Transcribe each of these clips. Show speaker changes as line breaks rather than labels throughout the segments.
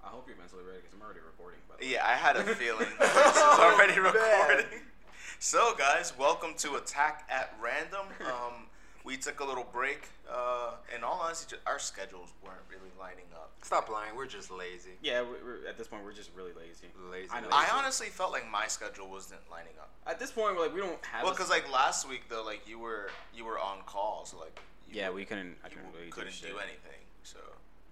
hope you're mentally ready because I'm already recording. By the way. Oh,
Yeah, I had a feeling. this is
Oh,
already recording. So, guys, welcome to Attack at Random. Um, we took a little break. Uh, in all honesty, ju- our schedules weren't really lining up.
Stop lying. We're just lazy.
Yeah, we we're, at this point we're just really lazy.
Lazy.
I know.
I honestly felt like my schedule wasn't lining up.
At this point, we're like we don't have.
Well,
a-
because like last week though, like you were you were on call, so like you
yeah, we couldn't. I couldn't really
you couldn't
do,
do
shit. Oh,
anything. So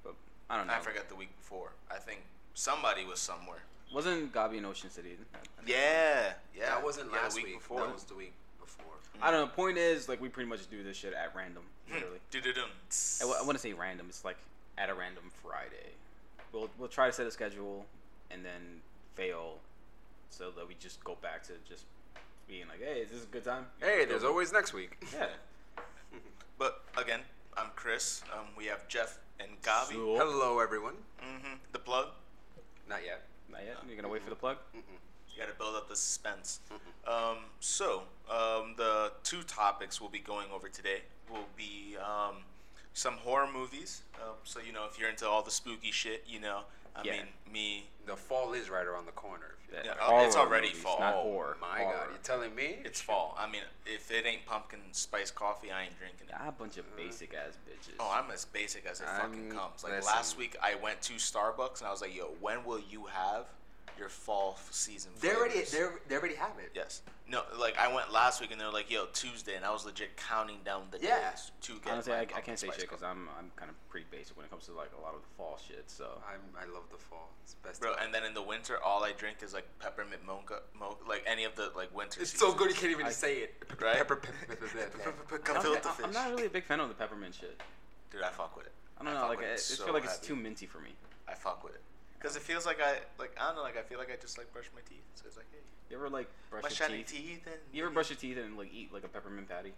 But I don't know.
I forgot the week before. I think somebody was somewhere.
Wasn't Gabi in Ocean City?
Mm-hmm. Yeah, yeah.
That wasn't
yeah, the
last
week
week.
before. Hmm.
That was the week before.
I don't know. Point is, like we pretty much do this shit at random,
Hmm.
literally.
Doo-doo-dum.
I, w- I want to say random. It's like at a random Friday. We'll we'll try to set a schedule and then fail, so that we just go back to just being like, hey, is this a good time? Yeah,
Hey,
let's
there's
go.
always next week.
yeah.
But again, I'm Chris. Um, we have Jeff and Gabi.
Cool.
Hello, everyone.
hmm The plug.
Not yet.
Not yet. You're gonna wait for the plug.
You got to build up the suspense.
Mm-hmm.
Um, so um, the two topics we'll be going over today will be um, some horror movies. Um, so you know, if you're into all the spooky shit, you know, I
Yeah.
mean, me.
The fall is right around the corner. if you-
Yeah, oh, it's already fall.
Not
Oh,
horror.
My God,
Horror.
you telling me?
It's fall. I mean, if it ain't pumpkin spice coffee, I ain't drinking it.
Ah, a bunch of basic ass bitches.
Oh, I'm as basic as it fucking
I'm-
comes. Like
listen.
last week, I went to Starbucks and I was like, "Yo, when will you have your fall f- season?"
They already
flavors?"
they they already have it.
Yes. No, like I went last week and they were like, "Yo, Tuesday," and I was legit counting down the
Yeah.
days to get.
Honestly,
my
I, I
pumpkin
can't say
spice
shit because
coffee.
I'm I'm kind of pretty basic when it comes to like a lot of the fall shit. So
I'm, I love the fall. It's the best.
Bro, and then in the winter, all I drink is like peppermint mocha, mo- like any of the like winter.
it's
seasons.
so good you can't even
I-
say it.
Right?
Pepper, pepper, pepper, pepper, pepper.
Come
I'm,
fill with the
I'm- I'm
fish.
not really a big fan of the peppermint shit.
Dude, I fuck with it.
I don't know.
fuck
Like I,
with it
I just
so
feel like it's
heavy.
too minty for me.
I fuck with it because it feels like I like I don't know. Like I feel like I just like brush my teeth. So it's like, hey,
You ever like brush
my
your
shiny
teeth?
teeth. and
You ever
maybe-
brush your teeth and like eat like a peppermint patty,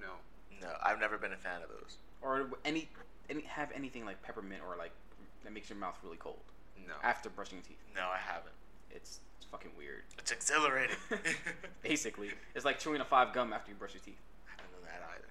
No.
No, I've never been a fan of those.
or any, any have anything like peppermint or like that makes your mouth really cold
No.
Oh.
after brushing your teeth?
No, I haven't.
It's, it's fucking weird.
It's exhilarating. I haven't
Basically, it's like chewing a five gum after you brush your teeth.
done that either.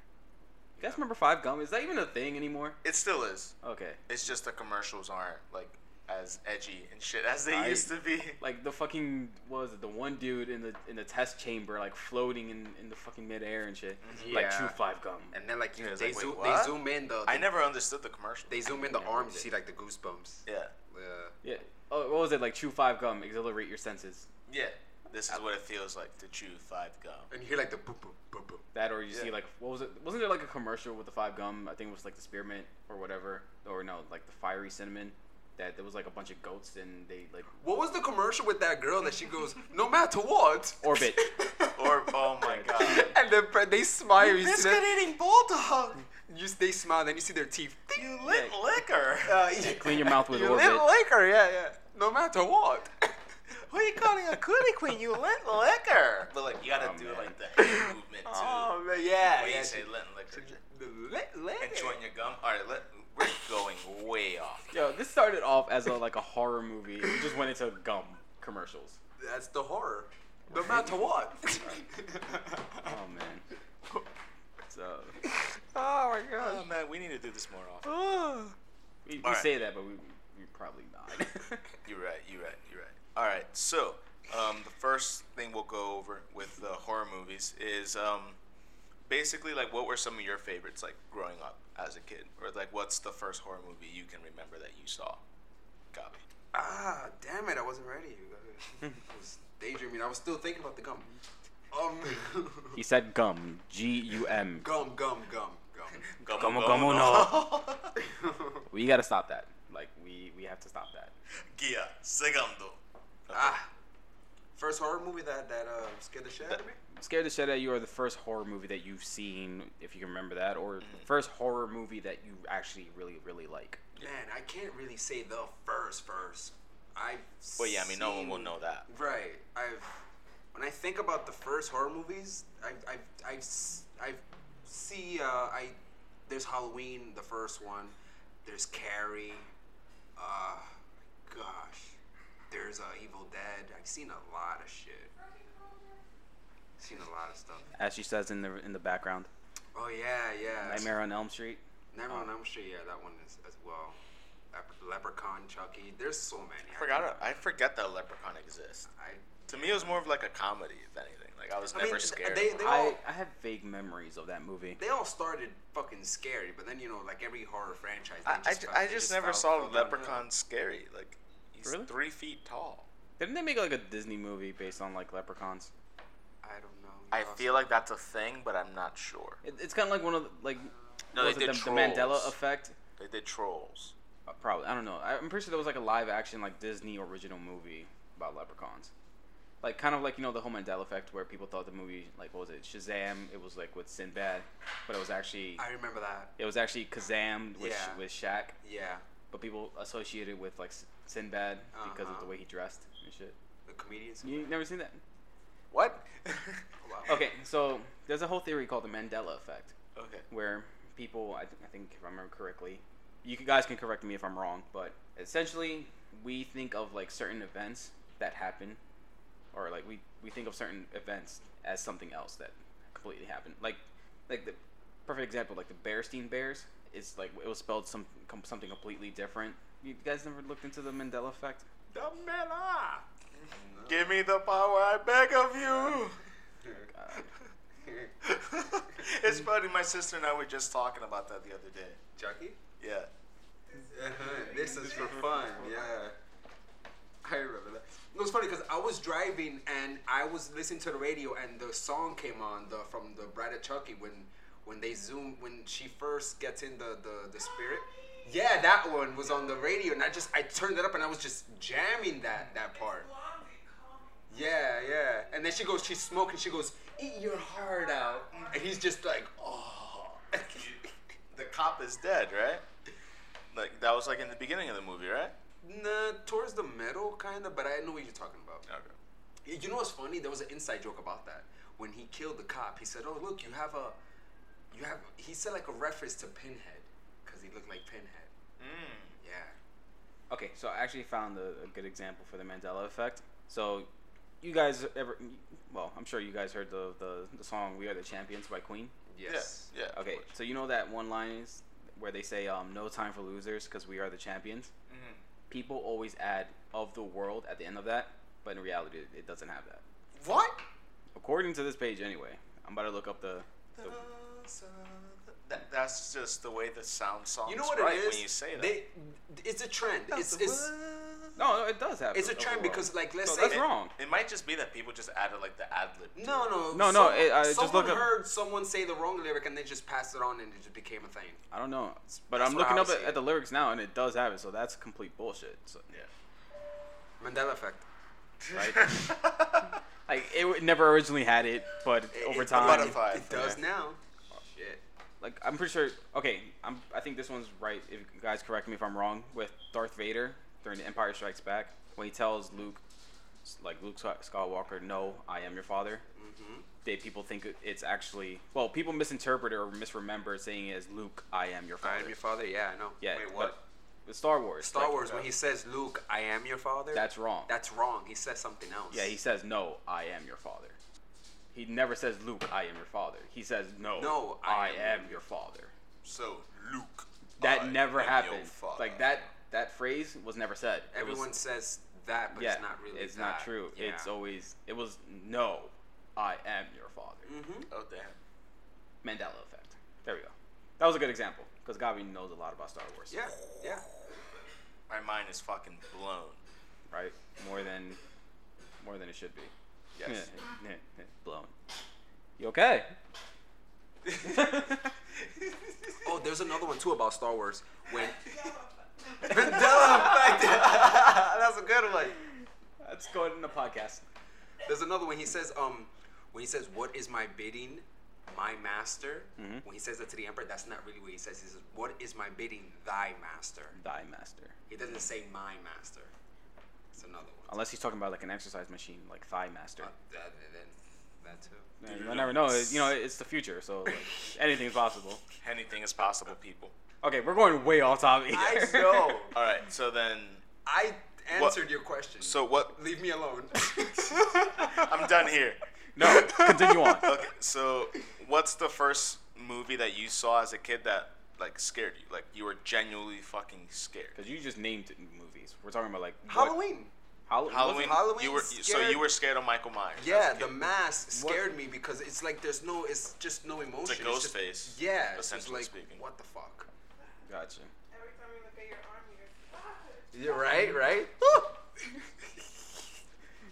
You guys remember five gum? Is that even a thing anymore?
It still is.
Okay.
It's just the commercials aren't like as edgy and shit as they
Right.
used to be.
Like the fucking what was it the one dude in the in the test chamber like floating in, in the fucking midair and shit. Like
Yeah.
chew five gum.
And then like you,
Yeah, it's
they,
like, wait,
zoom, they
what?
zoom in the,
I never understood the commercial.
they zoom in the
Yeah,
arms.
they-
You see like the goosebumps. Uh,
Yeah,
Yeah.
Yeah. Oh, what was it like? Chew five gum, exhilarate your senses.
yeah. This is what it feels like to chew five gum.
And you hear like the boop boop boop boop.
That or you see
Yeah.
like what was it? Wasn't there like a commercial with the five gum? I think it was like the spearmint or whatever, or no, like the fiery cinnamon. That there was like a bunch of goats and they like
What was the commercial with that girl that she goes, no matter what?
Orbit.
Or oh my god,
and then pre- they smile. You see them,
eating bulldog.
you, s- they smile, then you see their teeth. Ding.
You lit liquor.
clean your mouth with
you
Orbit.
lit liquor, yeah, yeah. No matter what.
Who are you calling a cootie queen? You lit liquor. But like you gotta
Oh,
do
man.
like the hand movement too.
oh man, yeah,
when
yeah.
you say
she-
lit liquor
the lit liquor.
and chewing your gum. All right, let, we're going way off.
Yo, this started off as a like a horror movie. We just went into gum commercials.
That's the horror. No matter what.
Oh man. So
oh my
Oh
gosh.
man, we need to do this more often.
Oh.
we, we
Alright.
say that, but we we probably not.
You're right. You're right. You're right. All right. So, um, the first thing we'll go over with the horror movies is um, basically like what were some of your favorites like growing up as a kid, or like what's the first horror movie you can remember that you saw? Gabi.
Ah, damn it! I wasn't ready. I was daydreaming. I was still thinking about the gum. Um,
he said gum. G U M.
gum, gum, gum, gum. Ah.
Gummo,
Gummo,
gummo,
gummo, We gotta stop that. Like we we have to stop that.
Gia segundo.
ah, first horror movie that that uh, scared the shit out of me.
Scared the shit out of you or the first horror movie that you've seen, if you can remember that, or the first horror movie that you actually really really like.
Man, I can't really say the first first. I.
Well, yeah. I mean, no one will know that.
Right. I've when I think about the first horror movies, I've I've I've, s- I've see uh, I there's Halloween the first one, there's Carrie, uh, gosh, there's uh, Evil Dead. I've seen a lot of shit. Seen a lot of stuff.
As she says in the in the background,
Oh yeah, yeah.
Nightmare on Elm Street.
Nightmare on Elm Street. Yeah, that one is as well. That Leprechaun, Chucky. There's so many.
I forgot. I forget that Leprechaun exists.
I,
To me, it was more of like a comedy, if anything. Like I was
I
never
mean,
scared.
they, they all
I, I have vague memories of that movie.
they all started fucking scary, but then you know, like every horror franchise, they
I, I,
just
ju-
fell-
I
they
just, never
fell-
saw
fell downhill.
Leprechaun scary. Like he's
Really?
three feet tall.
Didn't they make like a Disney movie based on like leprechauns?
I don't know.
I feel like that's a thing, but I'm not sure.
It, it's kind of like one of the, like
No,
was
they
it
did
the, the Mandela
Trolls.
effect?
They did trolls.
Uh, probably. I don't know. I- I'm pretty sure there was like a live action like Disney original movie about leprechauns. Like kind of like you know the whole Mandela effect where people thought the movie like what was it Shazam? It was like with Sinbad, but it was actually
I remember that.
it was actually Kazam with
Yeah.
with Shaq,
Yeah,
but people associated with like S- Sinbad because of
Uh-huh.
the way he dressed and shit.
the comedians.
You never seen that?
What?
Wow.
Oh,
Okay, so there's a whole theory called the Mandela effect.
okay.
where people, I, th- I think if I remember correctly, you can- guys can correct me if I'm wrong, but essentially we think of like certain events that happen, or like we, we think of certain events as something else that completely happened. Like like the perfect example, like the Bearstein Bears, it's like it was spelled some com- something completely different. You guys never looked into the Mandela effect?
Give me the power, I beg of you. it's funny. My sister and I were just talking about that the other day.
Chucky.
Yeah.
Uh-huh, this is for fun. Yeah. I remember that. It was funny because I was driving and I was listening to the radio and the song came on the from the Bride of Chucky when when they zoom when she first gets in the the, the spirit. Yeah, that one was on the radio and I just I turned it up and I was just jamming that that part. Yeah, yeah. And then she goes, she's smoking. She goes, eat your heart out. And he's just like, oh.
The cop is dead, right? Like that was like in the beginning of the movie, right?
nah, towards the middle, kind of. But I know what you're talking about.
Okay.
Y- You know what's funny? There was an inside joke about that. When he killed the cop, he said, "Oh, look, you have a, you have." He said like a reference to Pinhead, because he looked like Pinhead.
Mm.
Yeah.
Okay, so I actually found a, a good example for the Mandela effect. So, you guys ever? Well, I'm sure you guys heard the the, the song "We Are the Champions" by Queen.
Yes.
Yeah. yeah of
Okay,
course.
so you know that one line is where they say, um, "No time for losers, because we are the champions."
Mhm.
People always add "of the world" at the end of that, but in reality, it, it doesn't have that.
What?
According to this page, anyway. I'm about to look up the. the
That, that's just the way the sound songs.
You know what
right
it is?
when you say that.
They, it's a trend. It's, it's,
no, no, it does have.
it's a
"of the
trend
world."
because like let's
No,
say
that's wrong.
It might just be that people just added like the ad lib.
No, no,
No, no,
some-
it- I just
someone
looked up-
heard someone say the wrong lyric and they just passed it on and it just became a thing.
I don't know, but
That's
I'm
what I
looking up
would
at,
say.
at the lyrics now, and it does have it. So that's complete bullshit. So,
Yeah.
Mandela effect.
right? like it w- never originally had it, but over time,
it,
modified,
it does
yeah.
now. Shit.
like I'm pretty sure. Okay, I'm. I think this one's right. If you guys correct me if I'm wrong, with Darth Vader during the Empire Strikes Back, when he tells Luke, like Luke Sky- Skywalker, "No, I am your father."
Mhm.
They people think it- it's actually well, people misinterpret or misremember saying it as Luke, "I am your
I
father."
am your father. Yeah, I know.
yeah,
Wait,
but
what?
With Star Wars.
Star
like,
Wars when he says, "Luke, I am your father."
That's wrong.
that's wrong. He says something else.
yeah, he says, "No, I am your father." He never says, "Luke, I am your father." He says, "No,
No,
I,
I
am,
am
your father."
So Luke.
That
I
never
am your
happened.
father.
Like that that phrase was never said. It was-
Everyone says that, but
yeah,
it's not really.
It's not
that.
true.
Yeah.
It's always it was no, I am your father.
Mhm.
Oh damn.
Mandela effect. There we go. That was a good example because Gabi knows a lot about Star Wars.
Yeah, yeah.
My mind is fucking blown.
Right. More than more than it should be.
Yes.
Blown. You okay?
Oh, there's another one too about Star Wars when
Mandela effect. That's a good one.
Let's go in the podcast.
There's another one. He says, um, when he says, "What is my bidding, my master?"
Mm-hmm.
When he says that to the emperor, that's not really what he says. He says, "What is my bidding, thy master?"
Die master.
He doesn't say "my master." It's another one.
Unless he's talking about like an exercise machine, like thigh master.
Uh, that, that- that too.
you never know. It- you know, it's the future, so like, anything's possible.
Anything is possible, people.
Okay, we're going way off topic.
I know.
All right. So then,
I answered your question.
so what?
leave me alone.
I'm done here.
No, continue on.
Okay. So, what's the first movie that you saw as a kid that like scared you? Like you were genuinely fucking scared.
Because you just named it movies. We're talking about like what-
Halloween.
Hall-
Halloween.
Halloween
you were so
scared-
you were scared of Michael Myers. as a
Yeah,
kid.
the mask scared me because it's like there's no, it's just no emotion.
It's a ghost
just-
face.
Yeah, it's just
essentially
like
speaking.
what the fuck.
Gotcha.
Every time you "Ah." look at your arm,
Yeah, right,
you're
right.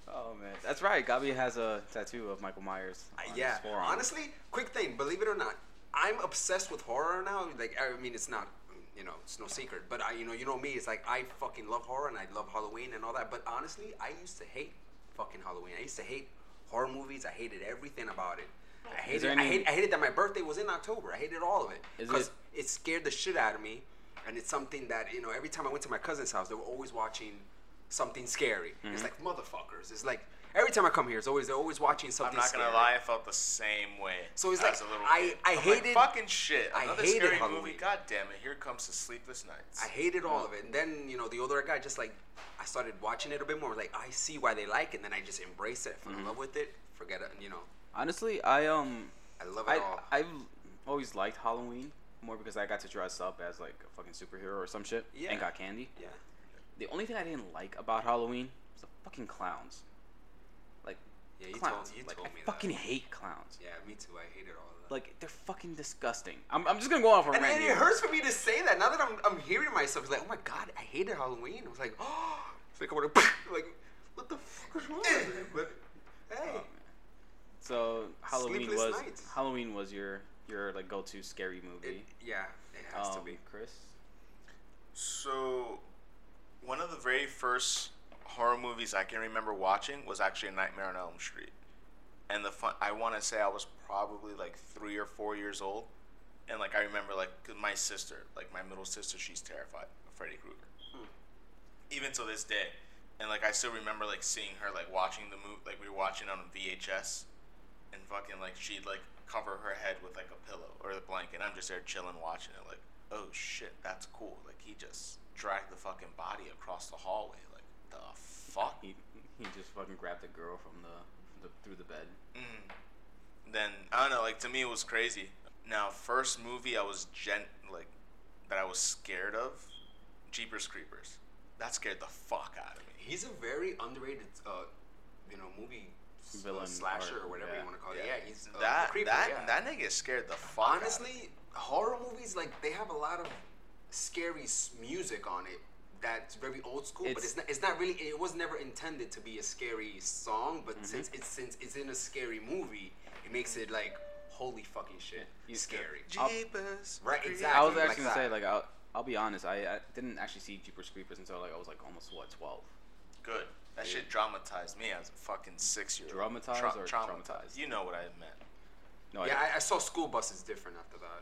Oh man, that's right. Gabi has a tattoo of Michael Myers.
I-
on
Uh, yeah.
his forearm.
Honestly, quick thing, believe it or not, I'm obsessed with horror now. Like, I mean, it's not, you know, it's no secret. But I, you know, you know me. It's like I fucking love horror and I love Halloween and all that. But honestly, I used to hate fucking Halloween. I used to hate horror movies. I hated everything about it. I hated,
there
I,
any-
hate, I hated that my birthday was in October. I hated all of it
Is
because
it-
it scared the shit out of me. And it's something that you know. Every time I went to my cousin's house, they were always watching something scary. It's like motherfuckers. It's like every time I come here, it's always they're always watching something.
I'm not gonna
scary.
lie, I felt the same way.
So it's
as
like,
a little
I-
kid.
I
I'm
hated-
like, fucking shit.
I
Another
hated
scary movie.
Halloween.
God damn it! Here comes the sleepless nights.
I hated all of it. And then, you know, the older I got, just like I started watching it a bit more. Like I see why they like it, and then I just embrace it,
Mm-hmm.
fell in love with it, forget it, you know.
honestly, I um,
I love it
I
all.
I've always liked Halloween more because I got to dress up as like a fucking superhero or some shit
Yeah.
and got candy.
yeah.
The only thing I didn't like about Halloween was the fucking clowns. Like,
Yeah, you
clowns.
told- you
like,
told
I
me that.
fucking hate clowns.
Yeah, me too. I hated all of that.
Like, they're fucking disgusting. I'm, I'm just gonna go off on a
and,
rant
and
here.
it hurts for me to say that now that I'm, I'm hearing myself. It's like, oh my god, I hated Halloween. I was like, oh, it's like I want to like, what the fuck is wrong with me? But hey,
Oh, man. So Halloween
Sleepless
was
nights.
Halloween was your your like go to scary
it,
movie.
yeah, it has to
Um,
be.
Chris.
So, one of the very first horror movies I can remember watching was actually Nightmare on Elm Street. And the fun, I want to say I was probably like three or four years old. And like, I remember like 'cause my sister, like my middle sister, she's terrified of Freddy Krueger. Even to this day. And like, I still remember like seeing her like watching the movie, like we were watching on VHS. And fucking like, she'd like cover her head with like a pillow or a blanket. And I'm just there chilling watching it. Like, oh shit, that's cool. Like, he just dragged the fucking body across the hallway. Like, the fuck?
He he just fucking grabbed a girl from the, the through the bed.
Mm. Then I don't know. Like to me, it was crazy. Now, first movie I was gen like that I was scared of, Jeepers Creepers. That scared the fuck out of me.
He's a very underrated, uh, you know, movie s- uh,
Villain
slasher
or-
or whatever
yeah.
you want to call it. Yeah, he's uh,
that
creeper,
that
yeah.
that nigga scared the fuck. out of me.
Honestly, horror movies like they have a lot of scary s- music on it. That's very old school, but
It's-
it's not, it's not really. It was never intended to be a scary song,
Mm-hmm.
but since it's since it's in a scary movie, it makes it like holy fucking shit,
You-
scary.
I'll-
Jeepers.
Right,
Creepers.
exactly.
I was
like
actually gonna say
that.
like I'll, I'll be honest. I, I didn't actually see Jeepers Creepers until like I was like almost what twelve.
Good. That shit traumatized me as a fucking six year old.
Dramatized or traumatized?
You know what I meant.
No,
Yeah,
I,
I, I saw School Bus is different after that.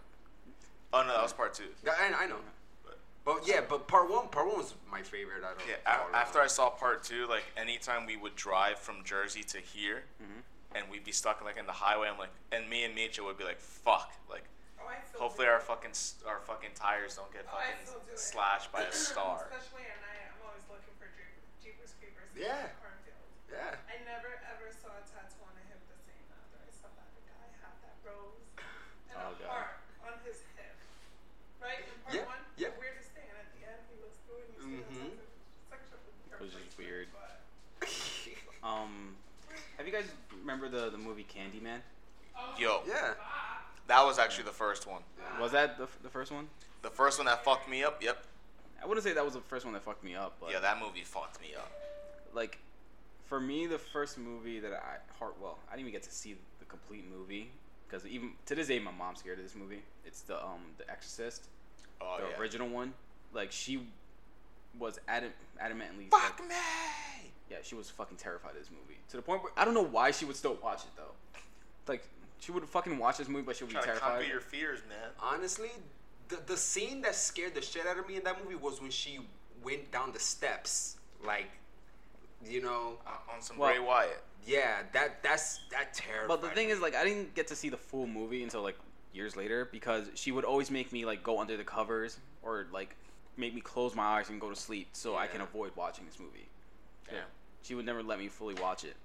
Oh no, that was part two.
Yeah, I, I know,
But-
but yeah, but part one, part one was my favorite. I don't.
Yeah,
all
a- after I
around.
saw part two, like anytime we would drive from Jersey to here,
Mm-hmm.
and we'd be stuck like in the highway, I'm like, and me and Mitchell would be like, fuck, like,
Oh, I still
hopefully
do.
our fucking s- our fucking tires don't get
Oh, I
fucking
still do it.
slashed by a star.
Especially at night, I'm always looking for Jeep- Jeepers Creepers. in
Yeah.
the cornfield.
yeah.
I never ever saw a tattoo on a hip the same after I saw that guy have that rose and
Oh,
a
God.
heart on his hip. Right in part
Yeah,
one,
yeah.
the weirdest thing, and at the end he looks through and you
Mm-hmm.
Mhm.
see the tattoo. It's like such a
It was just
place,
weird.
but-
um, have you guys remember the the movie Candyman?
Oh,
Yo,
yeah.
that was actually the first one.
Was that the, f- the first one?
The first one that fucked me up. Yep.
I wouldn't say that was the first one that fucked me up, but
Yeah, that movie fucked me up.
like for me, the first movie that I heart well, I didn't even get to see the complete movie because even to this day, my mom's scared of this movie. It's the um the Exorcist,
Oh
the
yeah.
original one. Like she was adam- adamantly like,
Fuck me.
Yeah, she was fucking terrified of this movie. To the point where I don't know why she would still watch it though. Like she would fucking watch this movie, but she would be
Trying to
terrified.
conquer your fears, man.
Honestly, the, the scene that scared the shit out of me in that movie was when she went down the steps. Like, you know,
Uh, on some
Well-
Bray Wyatt.
yeah, that that's that terrible.
But the thing is, like, I didn't get to see the full movie until like years later because she would always make me like go under the covers or like make me close my eyes and go to sleep so I can
Yeah.
avoid watching this movie.
Yeah.
She would never let me fully watch it.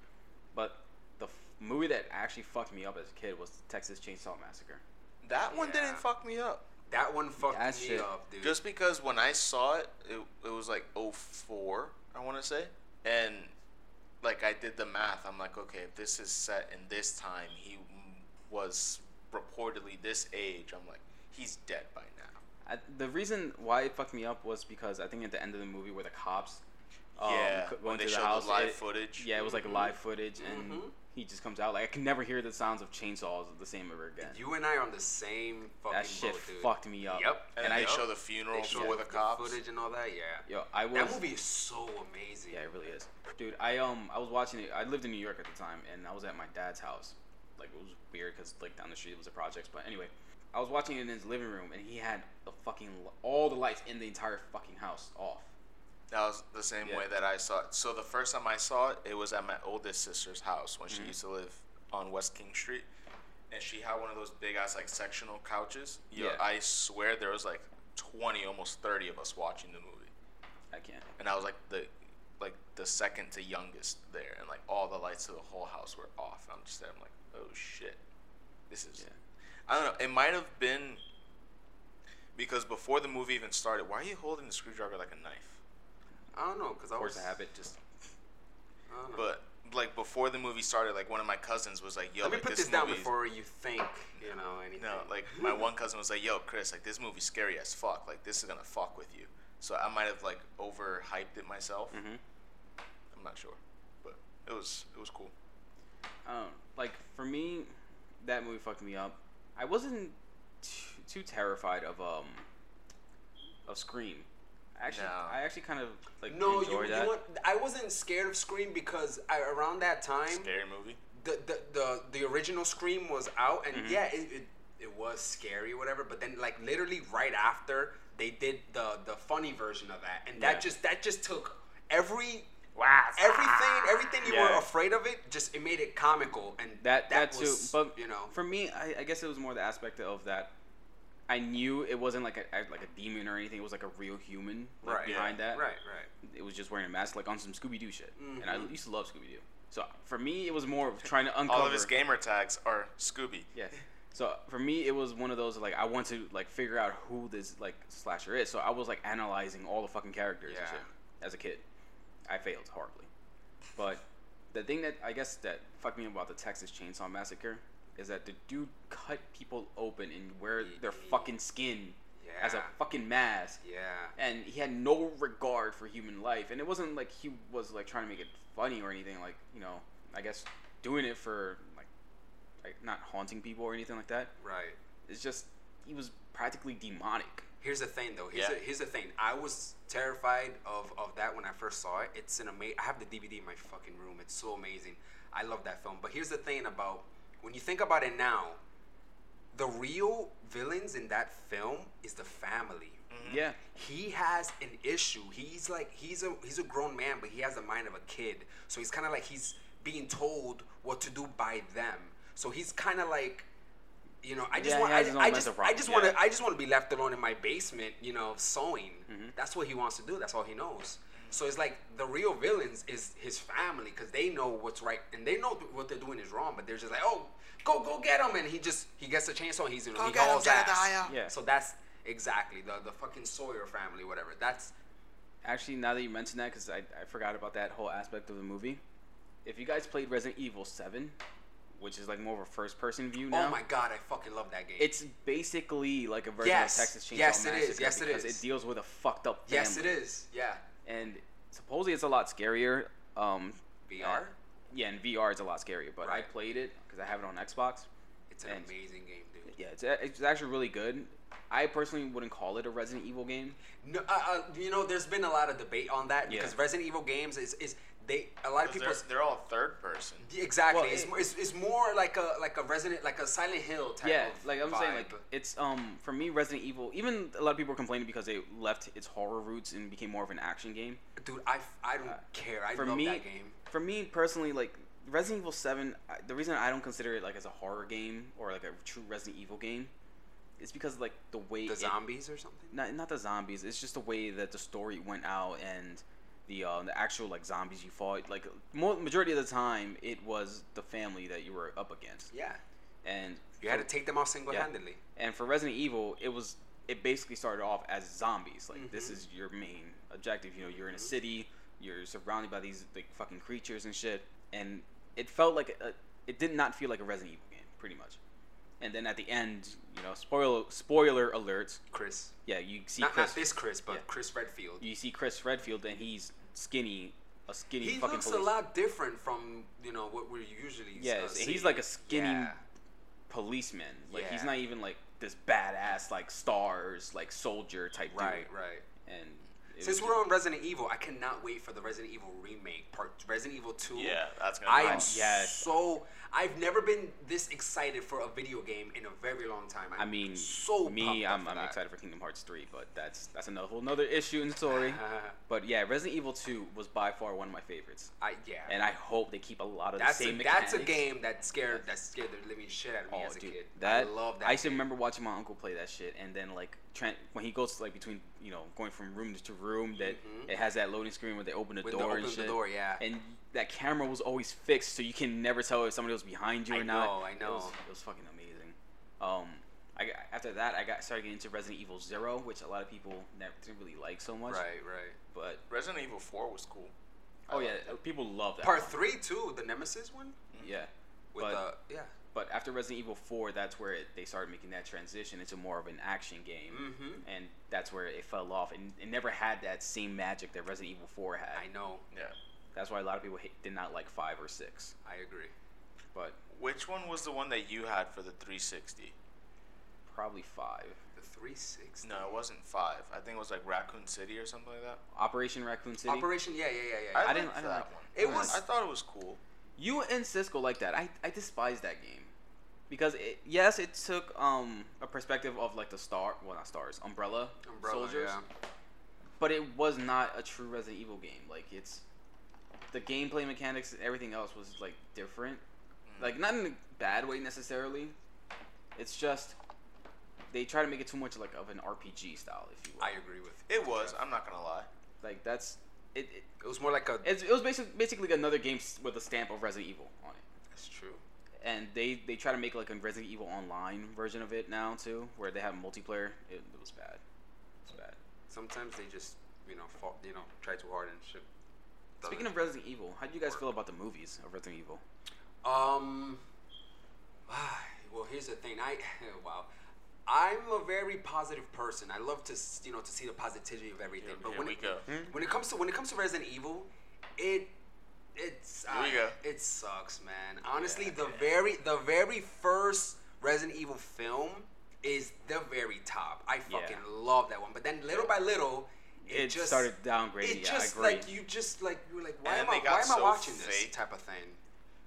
But the f- movie that actually fucked me up as a kid was Texas Chainsaw Massacre.
That one
Yeah.
didn't fuck me up.
That one fucked
That
me
shit-
up, dude.
Just because when I saw it, it, it was like 04, I want to say. And like I did the math, I'm like, okay, if this is set in this time, he was reportedly this age. I'm like, he's dead by now.
I, the reason why it fucked me up was because I think at the end of the movie where the cops um,
yeah,
c-
when
went
they
to
showed
the house,
the live
it-
footage. Mm-hmm.
yeah, it was like live footage, and
Mhm.
he just comes out like I can never hear the sounds of chainsaws the same ever again.
you and I are on the same fucking
that shit
boat, dude.
fucked me up.
Yep.
And, then
and I
they show
showed
the funeral
They show
for the, cops.
footage and all that. Yeah.
yo, I was
That movie is so amazing.
Yeah, it really is, dude. I um, I was watching it. I lived in New York at the time, and I was at my dad's house. Like it was weird because like down the street was the projects, but anyway, I was watching it in his living room, and he had the fucking l- all the lights in the entire fucking house off.
That was the same
Yeah.
way that I saw it. So the first time I saw it, it was at my oldest sister's house when
Mm-hmm.
she used to live on West King Street, and she had one of those big ass like sectional couches. Yo,
Yeah.
I swear there was like twenty, almost thirty of us watching the movie,
I can't.
and I was like the like the second to youngest there, and like all the lights to the whole house were off. I'm just there. I'm like, oh shit, this is.
Yeah.
I don't know. It might have been because before the movie even started, why are you holding the screwdriver like a knife?
I don't know, cause I
Force
was
of habit, just
I don't know.
But like before the movie started, like one of my cousins was like, "Yo,
let me
like,
put
this,
this down
movie's-
before you think, you know, anything.
No, like my one cousin was like, "Yo, Chris, like this movie's scary as fuck. Like this is gonna fuck with you." So I might have like overhyped it myself.
Mm-hmm.
Mhm.
I'm not sure, but it was it was cool.
um, like for me, that movie fucked me up. I wasn't too, too terrified of um, of Scream. Actually,
No.
I actually kind of like
no, you,
enjoyed
you
that.
want, I wasn't scared of Scream because I, around that time,
Scary movie.
the, the the the original Scream was out,
Mm-hmm.
and yeah, it, it it was scary, whatever. But then, like literally right after, they did the the funny version of that, and that
Yeah.
just that just took every
Wow.
everything everything you were
Yeah.
afraid of it just it made it comical, and
that that, too.
was,
but
you know,
for me, I, I guess it was more the aspect of that. I knew it wasn't like a like a demon or anything. It was like a real human like,
Right, yeah,
behind that.
right, right.
It was just wearing a mask, like on some Scooby Doo shit. And
Mm-hmm.
I used to love Scooby Doo. So for me, it was more of trying to uncover.
All of his gamer tags are Scooby.
Yeah. So for me, it was one of those like I want to like figure out who this like slasher is. So I was like analyzing all the fucking characters and
Yeah.
shit as a kid. I failed horribly, but the thing that I guess that fucked me up about the Texas Chainsaw Massacre is that the dude cut people open and wear their fucking skin as a
Yeah.
fucking mask,
Yeah.
and he had no regard for human life. And it wasn't like he was like trying to make it funny or anything. Like you know, I guess doing it for like, like not haunting people or anything like that.
Right.
It's just he was practically demonic.
Here's the thing, though. Here's,
Yeah.
the, here's the thing. I was terrified of, of that when I first saw it. It's an amazing. I have the DVD in my fucking room. It's so amazing. I love that film. But here's the thing about when you think about it now, the real villains in that film is the family.
Yeah,
He has an issue. He's like he's a he's a grown man, but he has the mind of a kid. So he's kind of like he's being told what to do by them. So he's kind of like, you know, I just
Yeah, he
want
has his own
I, I just
mental
I
problems,
just want to
yeah.
I just want to be left alone in my basement, you know, sewing.
Mm-hmm.
That's what he wants to do. That's all he knows. So it's like the real villains is his family because they know what's right and they know th- what they're doing is wrong, but they're just like, oh, go go get him, and he just he gets the chainsaw and he's you know he
get 'em,
hauls
Jedediah.
ass.
Yeah.
So that's exactly the the fucking Sawyer family, whatever. That's
actually, now that you mention that, because I, I forgot about that whole aspect of the movie. If you guys played Resident Evil Seven, which is like more of a first-person view now,
oh my god, I fucking love that game.
it's basically like a version
Yes.
of Texas Chainsaw
Yes, it is.
Massacre
Yes, it
because
is.
it deals with a fucked up family.
yes, it is. Yeah,
And supposedly it's a lot scarier. Um,
VR.
yeah, in VR it's a lot scarier, but I
Right.
played it because I have it on Xbox.
It's an
And-
amazing game, dude.
Yeah, it's, uh, it's actually really good. I personally wouldn't call it a Resident Evil game.
No, uh, uh, you know, there's been a lot of debate on that
Yeah.
because Resident Evil games is is they a lot of
They're,
people
they're all third person.
exactly
Well,
it's,
it-
more- it's, it's more like a like a Resident like a Silent Hill type
yeah,
of
like I'm
vibe.
saying, like it's um for me Resident Evil. Even a lot of people are complaining because they left its horror roots and became more of an action game.
dude, I, f- I don't care. I
uh, For
love
me,
that game.
for me personally, like Resident Evil Seven, I- the reason I don't consider it like as a horror game or like a true Resident Evil game, is because like the way
The
it-
zombies or something.
not not the zombies. It's just the way that the story went out and the uh, the actual like zombies you fought. Like mo majority of the time, it was the family that you were up against,
Yeah,
and
you had to take them off single handedly.
and for Resident Evil, it was it basically started off as zombies. Like
Mm-hmm.
this is your main objective. You know, you're in a city, you're surrounded by these like fucking creatures and shit, and it felt like a, it did not feel like a Resident Evil game, pretty much. And then at the end, you know, spoiler spoiler alerts.
Chris.
Yeah, you see
Not,
Chris.
not this Chris, but
Yeah.
Chris Redfield.
You see Chris Redfield, and he's skinny, a skinny
He
fucking
looks
police.
a lot different from you know what we're usually.
Yeah,
uh,
he's-
seeing.
he's like a skinny
Yeah.
policeman. Like he's
Yeah.
not even like this badass like stars like soldier type dude.
Right, right.
And it
Since
was-
we're on Resident Evil, I cannot wait for the Resident Evil remake part. Resident Evil Two.
Yeah, that's gonna.
I
be
am
awesome.
yes.
so. I've never been this excited for a video game in a very long time. I'm
I mean,
so pumped
me,
up
I'm,
for
I'm
that.
excited for Kingdom Hearts three, but that's that's another whole another issue and story. but yeah, Resident Evil two was by far one of my favorites,
I yeah.
and I hope they keep a lot of
that's
the
a,
same
that's a
mechanics.
game that scared that scared the living shit out of me
Oh,
as a
dude,
kid.
that
I love that.
I used to
game.
remember watching my uncle play that shit, and then like Trent, when he goes like between you know going from room to room, that
Mhm.
it has that loading screen where they open the
When they
door and
open the
shit.
door, yeah.
And that camera was always fixed, so you can never tell if somebody was behind you
I
or not.
know, I
It was,
know.
it was fucking amazing. Um, I got- after that I got started getting into Resident Evil Zero, which a lot of people never didn't really like so much.
Right, right.
But
Resident Evil Four was cool.
oh yeah, people love that.
Part
one.
three too, the Nemesis one
Yeah.
with
but,
the yeah.
but after Resident Evil Four, that's where it, they started making that transition into more of an action game.
Mm-hmm.
and that's where it fell off and it never had that same magic that Resident Evil 4 had.
I know.
Yeah.
That's why a lot of people hate, did not like 5 or 6.
I agree.
But
Which one was the one that you had for the 360?
probably 5.
The three six.
No, it wasn't five. I think it was like Raccoon City or something like that.
Operation Raccoon City.
Operation. Yeah, yeah, yeah, yeah.
I
yeah.
didn't-
liked
I didn't
that
like
one.
It was-
I thought it was cool.
you and Cisco like that. I, I despise that game. Because it, yes, it took um a perspective of like the star, well not stars, umbrella,
Umbrella,
soldiers,
yeah.
but it was not a true Resident Evil game. Like it's the gameplay mechanics and everything else was like different. Like not in a bad way necessarily. It's just they try to make it too much like of an RPG style, if you will.
I agree with.
It was. I'm not gonna lie.
like that's it. it
It was more like a.
it's, it was basically basically another game s- with a stamp of Resident Evil on it,
That's true.
and they they try to make like a Resident Evil Online version of it now too, where they have multiplayer. It, it was bad. It's bad.
Sometimes they just you know fall, you know try too hard and shit.
Speaking of Resident Evil, how do you guys feel about the movies of Resident Evil?
Um. Well, here's the thing. I wow. I'm a very positive person. I love to s- you know to see the positivity of everything.
Here,
but
here
when
we
it,
go.
when it comes to when it comes to Resident Evil, it it's
Here we
I-
go.
it sucks, man. Honestly, the very the very first Resident Evil film is the very top. I
Yeah.
fucking love that one. But then little by little, it,
It
just
started downgrading,
It
yeah, I
just
agree.
like you just like you were like, why
And
am I
they got
why am I
so
watching
fake.
this type of thing?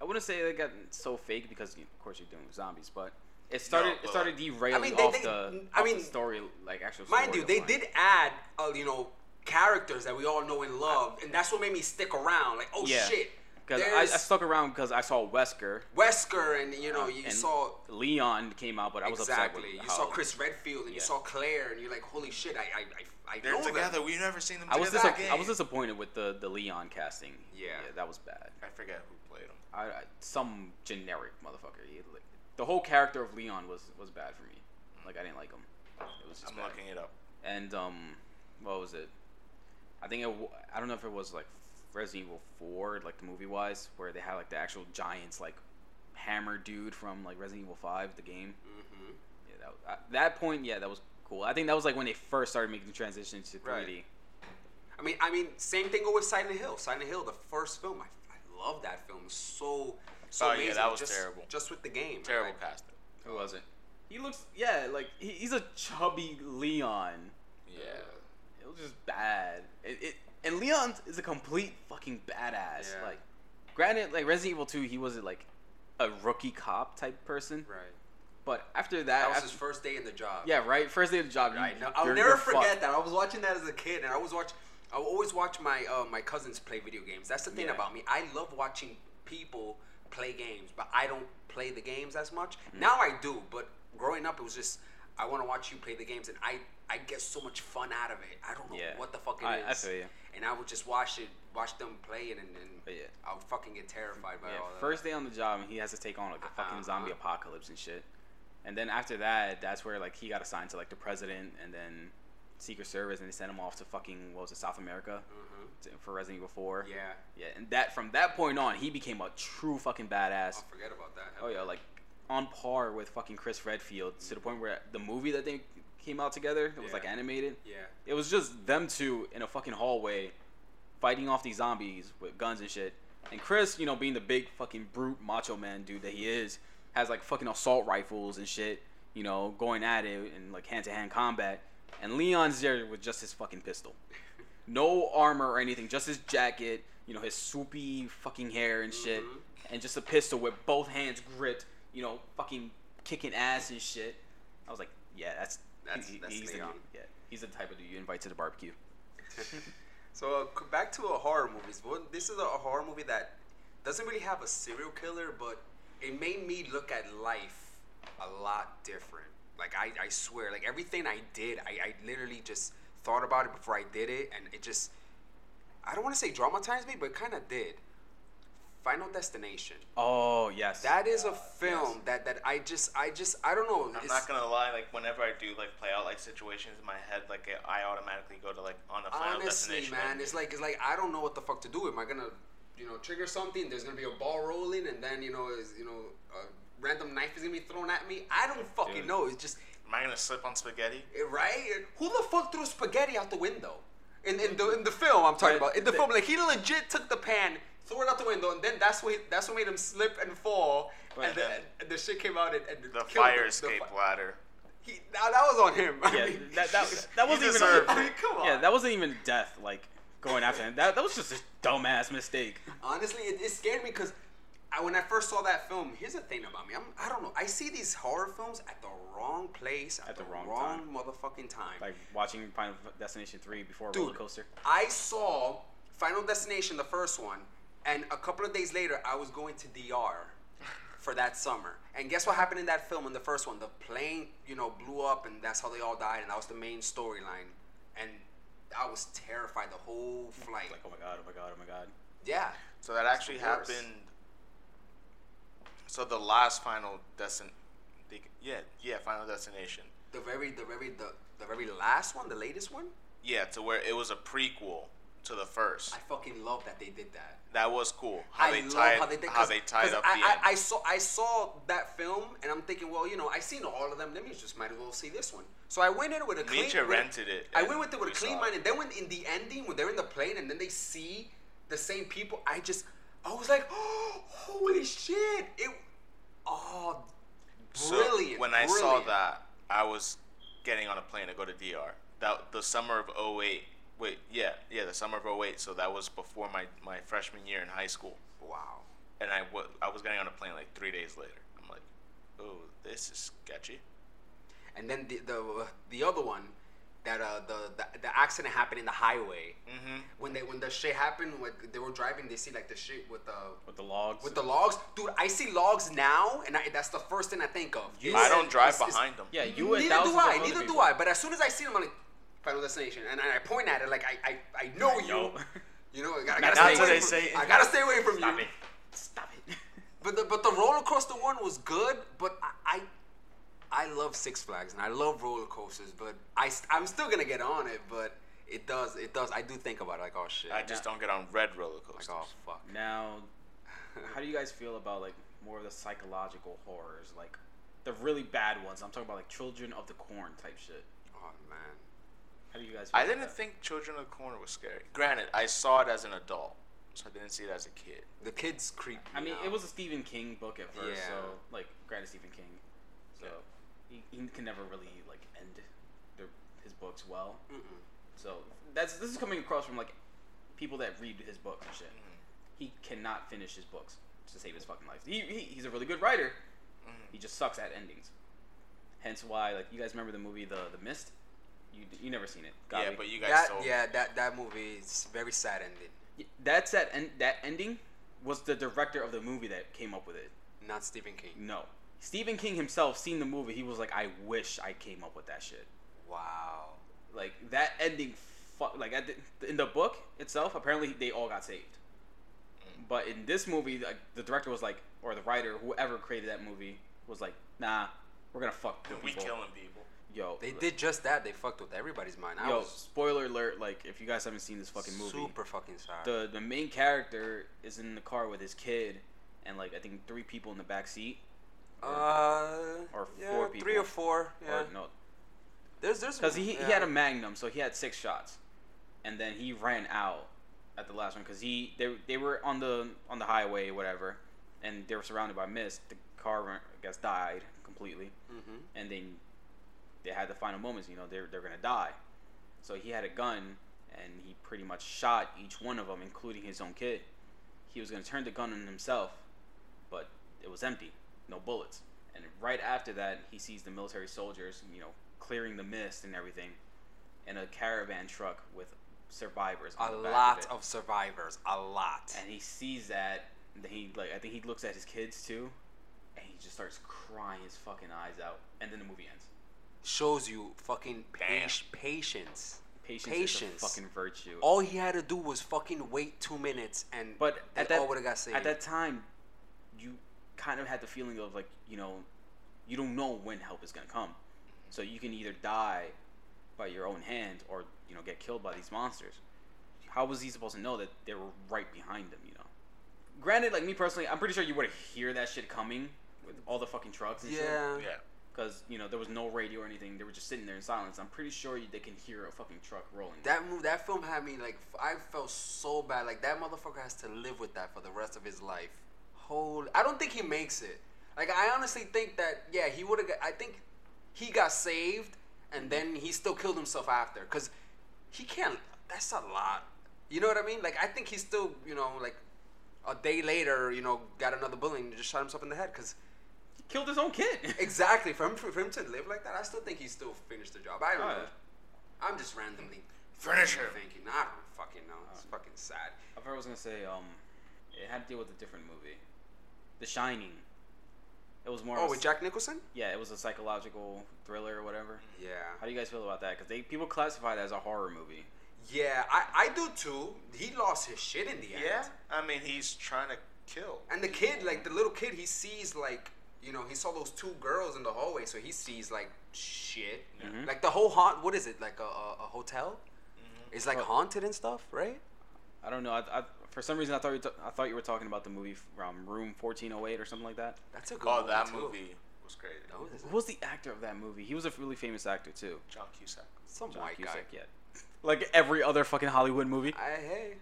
I wouldn't say they got so fake because you know, of course you're dealing with zombies, but it started it
but-
started derailing
I mean, they-
off
they-
the
I
off the
mean,
story like actual.
Mind
story
you, they
line.
did add, uh, you know, characters that we all know and love, and that's what made me stick around. Like, oh
Yeah.
shit,
because I, I
there's
stuck around because I saw Wesker.
Wesker, and you know, you
and
saw
Leon came out, but I was
exactly.
upset. with
You
how-
saw Chris Redfield, and you
Yeah.
saw Claire, and you're like, holy shit, I, I, I, I
They're
know
together.
them.
We've never seen them
I was
together.
disapp- I was disappointed with the the Leon casting.
Yeah.
that was bad.
I forget who played them.
I, I some generic motherfucker. He, like, the whole character of Leon was was bad for me. Like I didn't like him. It was just
I'm
bad.
looking it up.
and um, what was it? I think it. wa- I don't know if it was like Resident Evil Four, like the movie wise, where they had like the actual giants, like hammer dude from like Resident Evil Five, the game.
Mhm.
Yeah, that was, at that point, yeah, that was cool. I think that was like when they first started making the transition to 3D.
Right. I mean, I mean, same thing with Silent Hill. Silent Hill, the first film, I, I love that film so,
Oh,
so
yeah,
amazing.
that was
just,
terrible.
Just with the game,
Terrible
I-
casting.
Who was it? He looks, yeah, like he, he's a chubby Leon.
Yeah.
It was just bad. It, it and Leon is a complete fucking badass.
Yeah.
Like, granted, like Resident Evil Two, he wasn't like a rookie cop type person,
right.
but after that,
That was
after-
his first day in the job.
yeah, right, first day of the job, you,
I know. I'll
you're-
never
you're
forget
fucked.
that. I was watching that as a kid, and I always watch. I would always watch my uh, my cousins play video games. That's the thing
Yeah.
about me. I love watching people play games, but I don't play the games as much. Now I do, but growing up, it was just I want to watch you play the games, and I I get so much fun out of it. I don't know
Yeah.
what the fuck it
I-
is.
I feel you.
And I would just watch it, watch them play, and and,
But
and
yeah.
I would fucking get terrified by
Yeah,
all that.
first day on the job, and he has to take on like a fucking
Uh-uh.
zombie apocalypse and shit. And then after that, that's where like he got assigned to like the president and then Secret Service, and they sent him off to fucking what was it, South America
Mm-hmm.
to- for Resident Evil Four.
Yeah.
yeah. And that from that point on, he became a true fucking badass.
I'll forget about that.
Oh yeah, like on par with fucking Chris Redfield to the point where the movie that they came out together, it was
Yeah.
like animated.
Yeah.
It was just them two in a fucking hallway fighting off these zombies with guns and shit. And Chris, you know, being the big fucking brute macho man dude that he is, has like fucking assault rifles and shit, you know, going at it and like hand to hand combat. And Leon's there with just his fucking pistol. No armor or anything, just his jacket, you know, his swoopy fucking hair and shit,
Mhm.
and just a pistol with both hands gripped, you know, fucking kicking ass and shit. I was like, yeah, that's
That's- that's
he's the
Leon.
dude. yeah, he's the type of dude you invite to the barbecue.
So uh, c- back to a horror movies. Well, this is a horror movie that doesn't really have a serial killer, but it made me look at life a lot different. Like I, I swear, like everything I did, I, I literally just thought about it before I did it, and it just I don't want to say traumatized me, but it kind of did. Final Destination.
Oh yes,
That is a film that, that I just I just I don't know.
I'm
it's-
not gonna lie. Like whenever I do like play out like situations in my head, like I automatically go to like on a final
Honestly,
destination.
man, it's like it's like I don't know what the fuck to do. Am I gonna, you know, trigger something? There's gonna be a ball rolling, and then you know, is you know, a random knife is gonna be thrown at me. I don't fucking
Dude.
know. It's just
Am I gonna slip on spaghetti?
it, right. Who the fuck threw spaghetti out the window? In, in the in the film I'm talking about in the film, like he legit took the pan, threw it out the window, and then that's what that's what made him slip and fall,
But
and, the,
then-
and the shit came out and, and
The
killed him.
fire
The
escape
fi-
ladder.
he, now that was on him. I
Yeah,
mean,
that, that, that
You
wasn't even
deserve
I mean, come on.
yeah, that wasn't even death. Like going after him, that that was just a dumbass mistake.
honestly, it, it scared me because I, when I first saw that film, here's the thing about me. I'm, I don't know. I see these horror films at the wrong place, at, the, wrong,
time.
motherfucking time.
Like watching Final Destination three before
Dude.
roller coaster.
I saw Final Destination, the first one, and a couple of days later, I was going to DR for that summer. And guess what happened in that film in the first one? The plane, you know, blew up, and that's how they all died, and that was the main storyline. And I was terrified the whole flight.
Like oh my god, oh my god, oh my god.
Yeah.
So that actually
the worst.
happened. So the last final destination. Yeah, yeah, final destination.
The very, the very, the, the very last one, the latest one.
Yeah, to where it was a prequel to the first.
I fucking love that they did that.
That was cool. How
I
they
love
tied
how they did
how
'cause-
they tied
'cause
up
I,
the
I,
end.
I saw I saw that film and I'm thinking, well, you know, I seen all of them. Let me just might as well see this one. So I went in with a clean.
Nietzsche
with a-
rented it.
I
and
went with it with
we
a clean
saw
mind, and then when in the ending, when they're in the plane and then they see the same people, I just I was like, holy shit! It oh,
So
brilliant.
when I saw
brilliant.
that, I was getting on a plane to go to DR. That the summer of 08. Wait, yeah, yeah, the summer of 08. So that was before my, my freshman year in high school,
wow.
and I wa- I was getting on a plane like three days later. I'm like, oh, this is sketchy.
And then the the the other one, that uh the the, the accident happened in the highway.
Mm-hmm.
when they when the shit happened when they were driving they see like the shit with the
With the logs.
with the logs dude i see logs now and I, that's the first thing i think of
You-
I
It's-
don't drive behind them.
yeah, you and
neither do
thousands of
i
other
neither do
people.
i but as soon as i see them i'm like final destination and i, I point at it like i i, I know
I
you
know.
you know i gotta,
Not
gotta stay
till
away
they
from,
say-
i gotta stay away from
Stop
you
it.
Stop it.
but the but the roller coaster one was good but i, I I love Six Flags and I love roller coasters, but I, am still gonna get on it. But it does, it does. I do think about it, like, oh shit,
I just don't get on red roller
like,
coasters.
oh fuck.
now, how do you guys feel about like more of the psychological horrors, like the really bad ones? I'm talking about like Children of the Corn type shit.
Oh man.
How do you guys? Feel
I
about
didn't
that?
think Children of the Corner was scary. Granted, I saw it as an adult, so I didn't see it as a kid.
The kids creep.
I mean,
out.
it was a Stephen King book at first,
Yeah.
so like, granted, Stephen King, so he, he can never really like end their, his books well.
Mm-mm.
So that's this is coming across from like people that read his books and shit.
Mm-hmm.
He cannot finish his books to save his fucking life. He, he he's a really good writer.
Mm-hmm.
He just sucks at endings. Hence why, like, you guys remember the movie The The Mist? You you never seen it?
Yeah,
Gottlieb.
but you guys
That
told me.
yeah, that that movie is very sad ending.
that's that end that ending was the director of the movie that came up with it.
Not Stephen King.
No. Stephen King himself seen the movie. He was like, I wish I came up with that shit.
Wow.
Like that ending, fuck. Like at the, in the book itself, apparently they all got saved. But in this movie, like the director was like, or the writer, whoever created that movie was like, nah, We're gonna fuck the
We
people.
killing people.
Yo,
They did just that. They fucked with everybody's mind. I
Yo,
was
spoiler alert! Like, if you guys haven't seen this fucking movie,
super fucking sorry.
the the main character is in the car with his kid and like I think three people in the back seat.
uh,
or
yeah,
four
three
people.
or four. Yeah,
Or no,
there's there's
because he,
yeah.
he had a magnum, so he had six shots, and then he ran out at the last one because he they, they were on the on the highway whatever, and they were surrounded by mist. The car ran- I guess died completely,
Mhm.
and then they had the final moments. You know they're they're gonna die, so he had a gun and he pretty much shot each one of them, including his own kid. He was gonna turn the gun on himself, but it was empty, no bullets. And right after that, he sees the military soldiers, you know, clearing the mist and everything, and a caravan truck with survivors. on
a
the back
lot
it.
of survivors. A lot.
And he sees that. And then he like I think he looks at his kids too, and he just starts crying his fucking eyes out. And then the movie ends.
Shows you fucking
Damn.
pa- patience.
Patience,
Patience.
is a fucking virtue.
All he had to do was fucking wait two minutes, and
But
they
at that
all would have got saved.
at that time, you kind of had the feeling of like you know, you don't know when help is gonna come, so you can either die by your own hand or you know get killed by these monsters. How was he supposed to know that they were right behind him? You know. Granted, like me personally, I'm pretty sure you would hear that shit coming with all the fucking trucks and shit.
yeah.
Yeah.
Because you know there was no radio or anything. They were just sitting there in silence. I'm pretty sure you- they can hear a fucking truck rolling.
That move, that film had me like f- I felt so bad. Like that motherfucker has to live with that for the rest of his life. Holy, I don't think he makes it. Like I honestly think that yeah, he would have. I think he got saved, and then he still killed himself after because he can't. That's a lot. You know what I mean? Like I think he still you know like a day later you know got another bullet and just shot himself in the head because.
he killed his own kid.
Exactly. For him, for him to live like that, I still think he still finished the job. I don't
Oh,
know.
yeah.
I'm just randomly
Finish him.
Thinking, I don't fucking know. It's fucking sad.
I thought I was gonna say um, it had to deal with a different movie, The Shining. It was more. of
Oh,
a
with
s-
Jack Nicholson?
Yeah, it was a psychological thriller or whatever.
Yeah.
How do you guys feel about that? Because they people classify it as a horror movie.
Yeah, I, I do too. He lost his shit in the end.
Yeah. I mean, he's trying to kill.
And the kid, like the little kid, he sees like you know he saw those two girls in the hallway, so he sees like shit.
Mm-hmm.
Mhm.
Like the whole haunt. What is it? Like a a, a hotel? It's like
Oh.
haunted and stuff, right?
I don't know. I, I, for some reason, I thought you t- I thought you were talking about the movie from Room 1408 or something like that.
That's a good.
Oh, that
too.
movie was crazy.
No, this is
Who was the actor of that movie? He was a really famous actor too.
John Cusack.
some
John
white
Cusack,
guy.
yeah. Like every other fucking Hollywood movie.
I hey,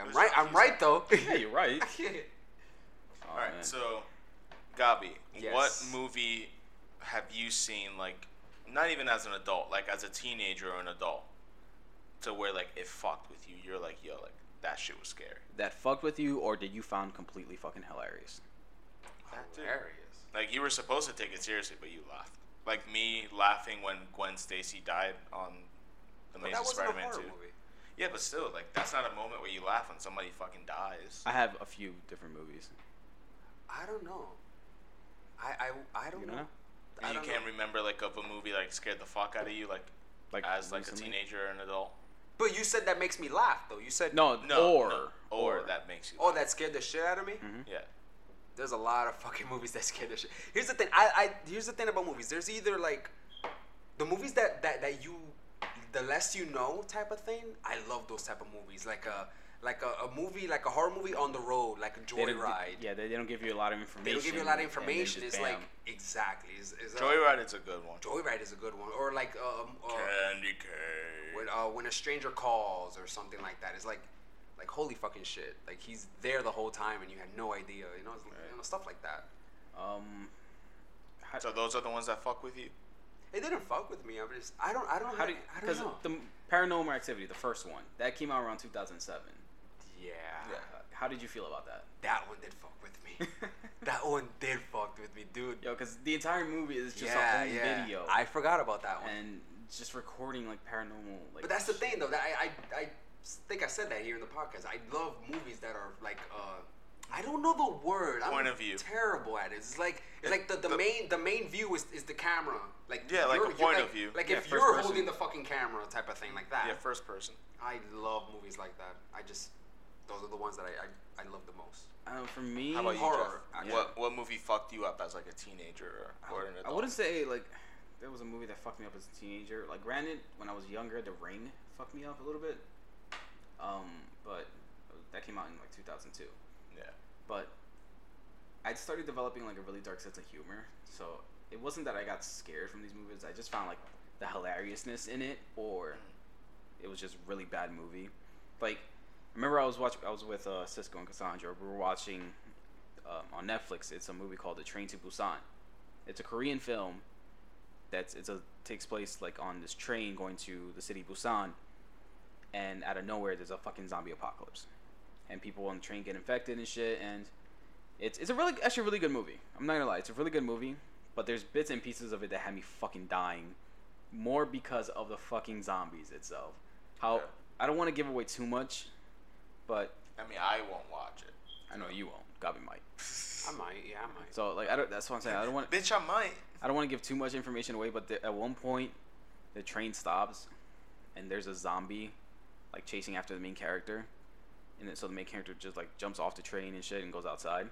I'm
Who's
right.
that?
I'm right though.
yeah, you're right. Oh,
All right.
man.
So, Gabi, what
Yes.
movie have you seen? Like, not even as an adult, like as a teenager or an adult, to where like it fucked with you. You're like, yo, like that shit was scary.
that fucked with you, or did you found completely fucking hilarious?
That too.
Hilarious.
Like you were supposed to take it seriously, but you laughed. Like me laughing when Gwen Stacy died on the
But
Amazing
that wasn't a
Spider-Man
horror
Two.
movie.
Yeah, but still, like that's not a moment where you laugh when somebody fucking dies.
I have a few different movies.
I don't know. I I, I don't
You
know.
know?
I
you
don't
can't
know.
remember like of a movie like scared the fuck out of you, like,
Like
as like
recently?
a teenager or an adult.
But you said that makes me laugh though. You said
No,
No,
or,
no, or that makes you.
Oh, that scared the shit out of me.
Mm-hmm.
Yeah.
There's a lot of fucking movies that scare the shit. Here's the thing. I, I here's the thing about movies. There's either like the movies that that that you the less you know type of thing. I love those type of movies. Like a like a, a movie like a horror movie on the road, like a
They don't gi-
joyride.
Yeah, they, they don't give you a lot of information.
They don't give you a lot of
and then
information.
just
It's like
bam.
exactly. Is is a-
Joyride is a good one.
Joyride is a good one, or like um, uh,
Candy cane.
when, uh, when a stranger calls or something like that. It's like, like holy fucking shit! Like he's there the whole time and you had no idea. You know, it's, you know stuff like that.
um, how,
So those are the ones that fuck with you.
It didn't fuck with me. I'm just I don't I don't
how do you,
I don't
because
know.
the m- Paranormal Activity, the first one, that came out around 2007.
yeah,
Uh, how did you feel about that?
that one did fuck with me. that one did fuck with me, dude.
Yo, because the entire movie is just
yeah,
a home
yeah.
video
I forgot about that one.
and just recording like paranormal. Like,
But that's the
shit.
thing, though. That I, I, I think I said that here in the podcast. I love movies that are like, uh, I don't know the word. I'm
Point of view.
Terrible at it. It's like, it's like the, the,
The-
main the main view is, is the camera. Like
Yeah, like
you're-
a
you're
point
like-
of view.
Like
Yeah,
if
first
you're
person.
holding the fucking camera, type of thing, like that.
Yeah, first person.
I love movies like that. I just Those are the ones that I I, I love the most.
Um, for me,
How about you,
Horror,
Jeff?
actually.
What what movie fucked you up as like a teenager or, or an
I
adult?
wouldn't say like there was a movie that fucked me up as a teenager. Like granted, when I was younger, The Ring fucked me up a little bit. Um, but that came out in like 2002.
Yeah.
But I started developing like a really dark sense of humor. So it wasn't that I got scared from these movies. I just found like the hilariousness in it, or it was just really bad movie. Like I remember I was watching. I was with uh, Cisco and Cassandra. We were watching um, on Netflix. It's a movie called The Train to Busan. It's a Korean film that's it's a takes place like on this train going to the city Busan, and out of nowhere there's a fucking zombie apocalypse, and people on the train get infected and shit. And it's it's a really actually a really good movie. I'm not gonna lie, it's a really good movie. But there's bits and pieces of it that had me fucking dying, more because of the fucking zombies itself. How
Yeah.
I don't want to give away too much, but
I mean, I won't watch it.
I know you won't. Gobby might.
I might, yeah, I might.
So like I don't. That's what I'm saying. I don't want.
Bitch, I might.
I don't want to give too much information away. But the, at one point, the train stops, and there's a zombie, like chasing after the main character, and then, so the main character just like jumps off the train and shit and goes outside,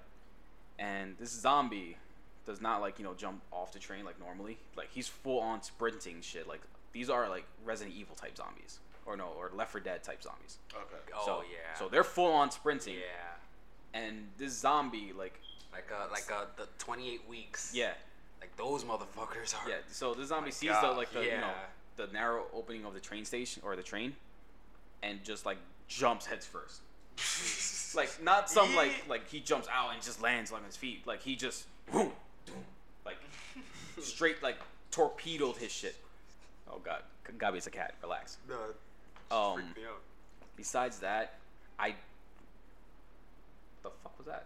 and this zombie does not like you know jump off the train like normally. Like he's full on sprinting shit. Like these are like Resident Evil type zombies, or no, or Left 4 Dead type zombies.
Okay.
oh
so,
yeah.
So they're full on sprinting,
yeah,
and this zombie like
like uh, like uh, the 28 weeks.
yeah
like those motherfuckers are.
Yeah, so the zombie sees the
God,
like the you know
yeah.
the narrow opening of the train station or the train, and just like jumps heads first. Like not some like like he jumps out and just lands on his feet. Like he just whoom, doom, like straight like torpedoed his shit. Oh god, Gabi's a cat. Relax.
No,
Um,
freaked me out.
besides that, I the fuck was that?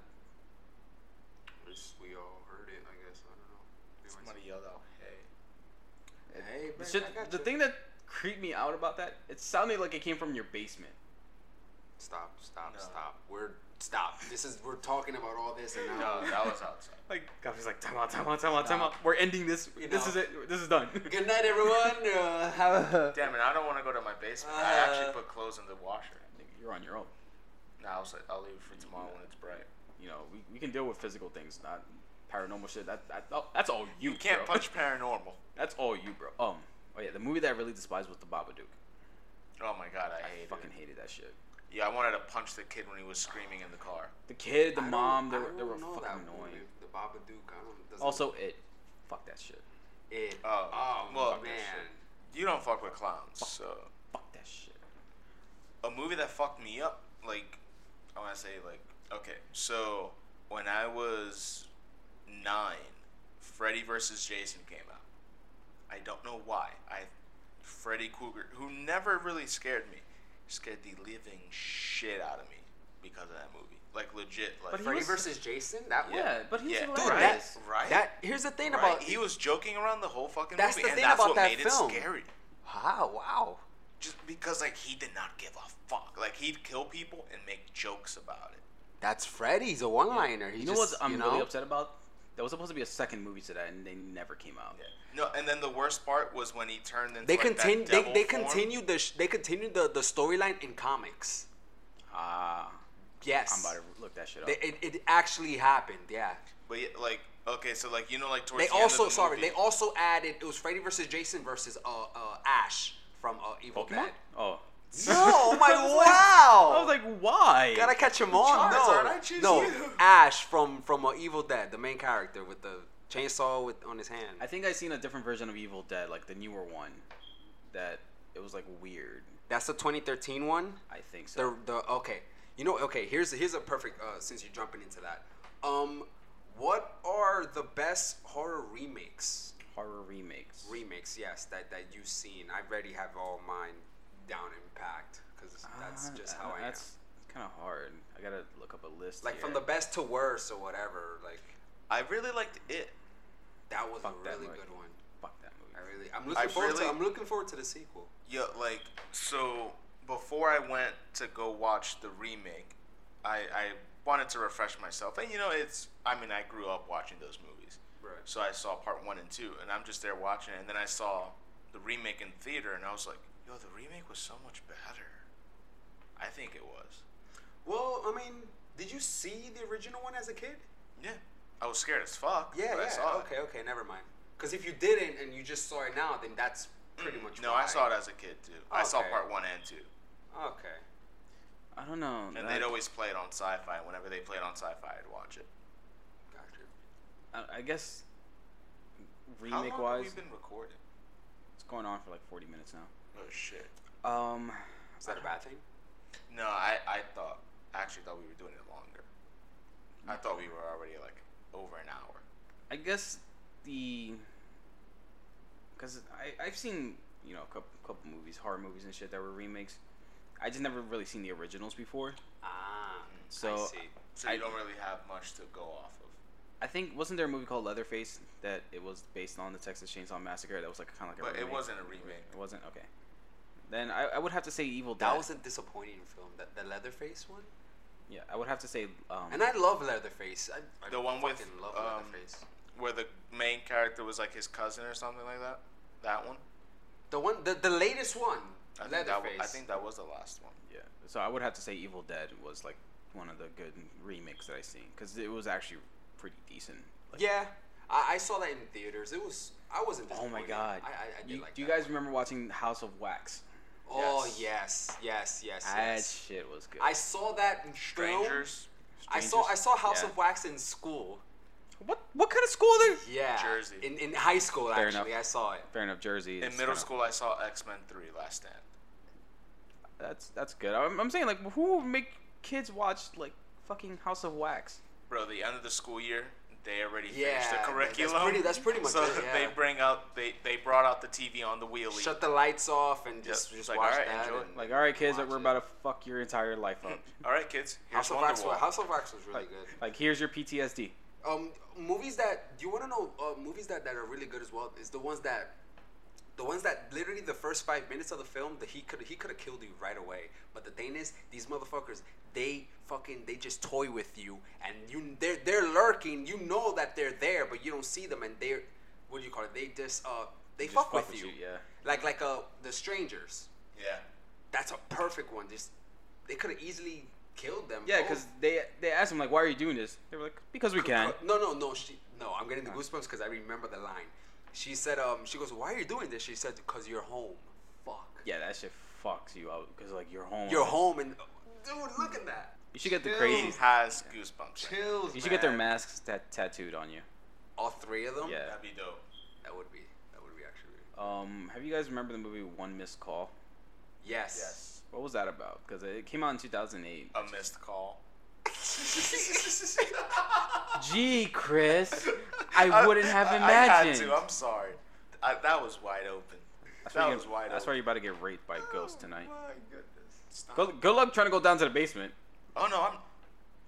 We just- we all heard it, I guess. I don't know. Maybe my-
Somebody yelled out, "Hey!"
Hey,
The,
man,
shit-
I got
the
you.
thing that creeped me out about that, it sounded like it came from your basement.
Stop! Stop!
No.
Stop! We're stop. This is we're talking about all this and now.
No, that was outside.
Like Gaffy's like, time out, time out, time out, time out. We're ending this. This
No.
is it. This is done.
Good night, everyone. Uh, have a
Damn it! I don't want to go to my basement. I actually
Uh.
put clothes in the washer.
You're on your own.
Nah, I'll, say- I'll leave it for tomorrow when it's bright.
You know, we, we can deal with physical things, not paranormal shit. That, that oh, that's all you.
You can't
bro.
punch paranormal.
That's all you, bro. Um. Oh yeah, the movie that I really despised was The Babadook.
Oh my god, I
I
hate
fucking
it.
hated that shit.
Yeah, I wanted to punch the kid when he was screaming in the car.
The kid, the
I don't-
mom, they
I
were, they
don't
were
know
fucking
that
annoying.
movie, The Babadook. I don't. doesn't-
Also, it. Fuck that shit.
it.
Oh,
oh
well,
man.
You don't fuck with clowns, so.
Fuck that shit.
a movie that fucked me up like i want to say like okay so when i was nine freddy versus jason came out i don't know why i freddy krueger who never really scared me scared the living shit out of me because of that movie like legit like
But he
Freddy
was-
versus Jason. That one.
Yeah, but he's
yeah,
hilarious.
Dude,
right,
that-
right,
That here's the thing
right.
about
he was joking around the whole fucking
That's
movie,
the
and
thing
that's
about
what
that
made
film.
it scary
Wow! Wow!
just because like he did not give a fuck. Like he'd kill people and make jokes about it.
That's Freddy's a one-liner. He
you know
just,
what I'm
you know,
really upset about? There was supposed to be a second movie to that, and they never came out.
No, and then the worst part was when he turned into
They
like, that
continue. They,
devil
they
form.
continued the. Sh- they continued the the storyline in comics.
Ah,
Yes.
I'm about to look that shit up.
They, it, it actually happened. Yeah.
But yeah, like okay, so like you know like towards
They
the end
also
of the
sorry.
movie,
They also added it was Freddy versus Jason versus uh, uh Ash from uh, Evil Dead.
Oh.
No, my
I was like-
wow!
I was like, why?
Gotta catch him on.
Charizard,
no,
I choose
no.
you.
Ash from from uh, Evil Dead, the main character with the chainsaw with on his hand.
I think I seen a different version of Evil Dead, like the newer one, that it was like weird.
That's the 2013 one.
I think
The
so.
the okay. You know okay. Here's here's a perfect uh, since you're jumping into that. Um, what are the best horror remakes?
Horror remakes.
Remakes, yes, that that you've seen. I already have all mine down and packed because that's
Ah,
just
uh,
how I
That's kind of hard. I gotta look up a list.
am. Like from the
here.
best to worst or whatever. Like
I really liked it.
that was
Fuck
a
that
really
movie.
good one.
fuck that movie.
I really, I'm looking forward
really-
to. I'm looking forward to the sequel.
Yeah, like so before I went to go watch the remake, I I wanted to refresh myself, and you know it's I mean I grew up watching those movies,
Right.
so I saw part one and two, and I'm just there watching it, and then I saw the remake in theater, and I was like, yo, the remake was so much better. I think it was.
Well, I mean, did you see the original one as a kid?
Yeah. I was scared as fuck.
Yeah,
but
yeah.
I saw
okay,
it.
okay, never mind. Because if you didn't and you just saw it now, then that's pretty much.
No, I
why.
saw it as a kid too. I saw
Okay.
part one and two,
Okay.
I don't know.
and they'd always play it on Sci-Fi. Whenever they played on Sci-Fi, I'd watch it.
Gotcha.
I, I guess
How long
remake
have
wise,
we been recording?
it's going on for like 40 minutes now.
Oh shit.
Um,
Is that a bad thing?
No, I I thought I actually thought we were doing it longer. I thought we were already like over an hour.
I guess the because I I've seen you know a couple, couple movies, horror movies and shit that were remakes. I just never really seen the originals before.
Ah.
So,
I see.
So you
I-
don't really have much to go off of.
I think wasn't there a movie called Leatherface that it was based on the Texas Chainsaw Massacre that was like kind of like a
But it
remake?
wasn't a remake.
It wasn't okay. Then I, I would have to say Evil Dead.
That was a disappointing film. That the Leatherface one.
yeah. I would have to say um.
And I love Leatherface. I, I
The one with,
fucking love
um,
Leatherface.
Where the main character was like his cousin or something like that. That one.
The one, the, the latest one.
I think, that,
Leatherface.
wa- I think that was the last one.
yeah. So I would have to say Evil Dead was like one of the good remakes that I seen because it was actually pretty decent. Like,
Yeah, I, I saw that in theaters. It was. I wasn't.
Oh my
disappointed.
god.
I, I, I did
you,
like
do you
that
guys remember watching House of Wax?
one. Oh
Yes.
yes, yes, yes,
That
yes.
shit was good.
I saw that in film.
Strangers,
I saw I saw House
Yeah.
of Wax in school.
What what kind of school are they?
Yeah,
Jersey.
In in high school
Fair
actually,
enough.
I saw it.
Fair enough, Jersey.
In
is
middle
kinda-
school, I saw X Men Three: Last Stand.
That's that's good. I'm, I'm saying like who would make kids watch like fucking House of Wax?
Bro, the end of the school year, they already
Yeah,
finished
that-
the
that's
curriculum.
pretty- that's pretty much
so
it, yeah.
they bring out they they brought out the TV on the wheelie.
Shut the lights off and just
Yep.
just
Like,
watch
alright,
that.
enjoy.
and-
Like all right, kids,
Watch
we're
it.
about to fuck your entire life up.
All right, kids, here's
House of Wax.
Wonderwall.
Was, House of Wax was really
like,
good.
like here's your PTSD.
Um, movies that do you want to know? Uh, movies that, that are really good as well is the ones that, the ones that literally the first five minutes of the film that he could he could have killed you right away. But the thing is, these motherfuckers they fucking they just toy with you and you they're they're lurking. You know that they're there, but you don't see them and they're what do you call it? They just uh they
Just
fuck, with, you.
yeah.
Like like uh the strangers.
Yeah.
That's a perfect one. Just they could have easily killed them. Oh,
Yeah,
both.
because they they asked him like, why are you doing this? They were like, because we can.
No, no, no. She, no, I'm getting the goosebumps because I remember the line. She said, um, she goes, why are you doing this? She said, because you're home. Fuck.
Yeah, that shit fucks you up because like you're home.
You're home and, dude, look at that.
You should get the
He
crazies.
has goosebumps. right
Chills,
You should get their
man.
masks tat- tattooed on you.
All three of them?
Yeah.
now. That'd be dope.
That would be, that would be actually really.
Um, have you guys remember the movie One Missed Call?
Yes.
What was that about? Because it came out in 2008.
A missed call.
Gee, Chris, I wouldn't have
I
imagined.
had to. I'm sorry. I, that was wide open.
That's why
that
you-
was wide
That's why
open.
you're about to get raped by a ghost tonight.
Oh my goodness. Stop.
Good, good luck trying to go down to the basement,
Oh no, I'm,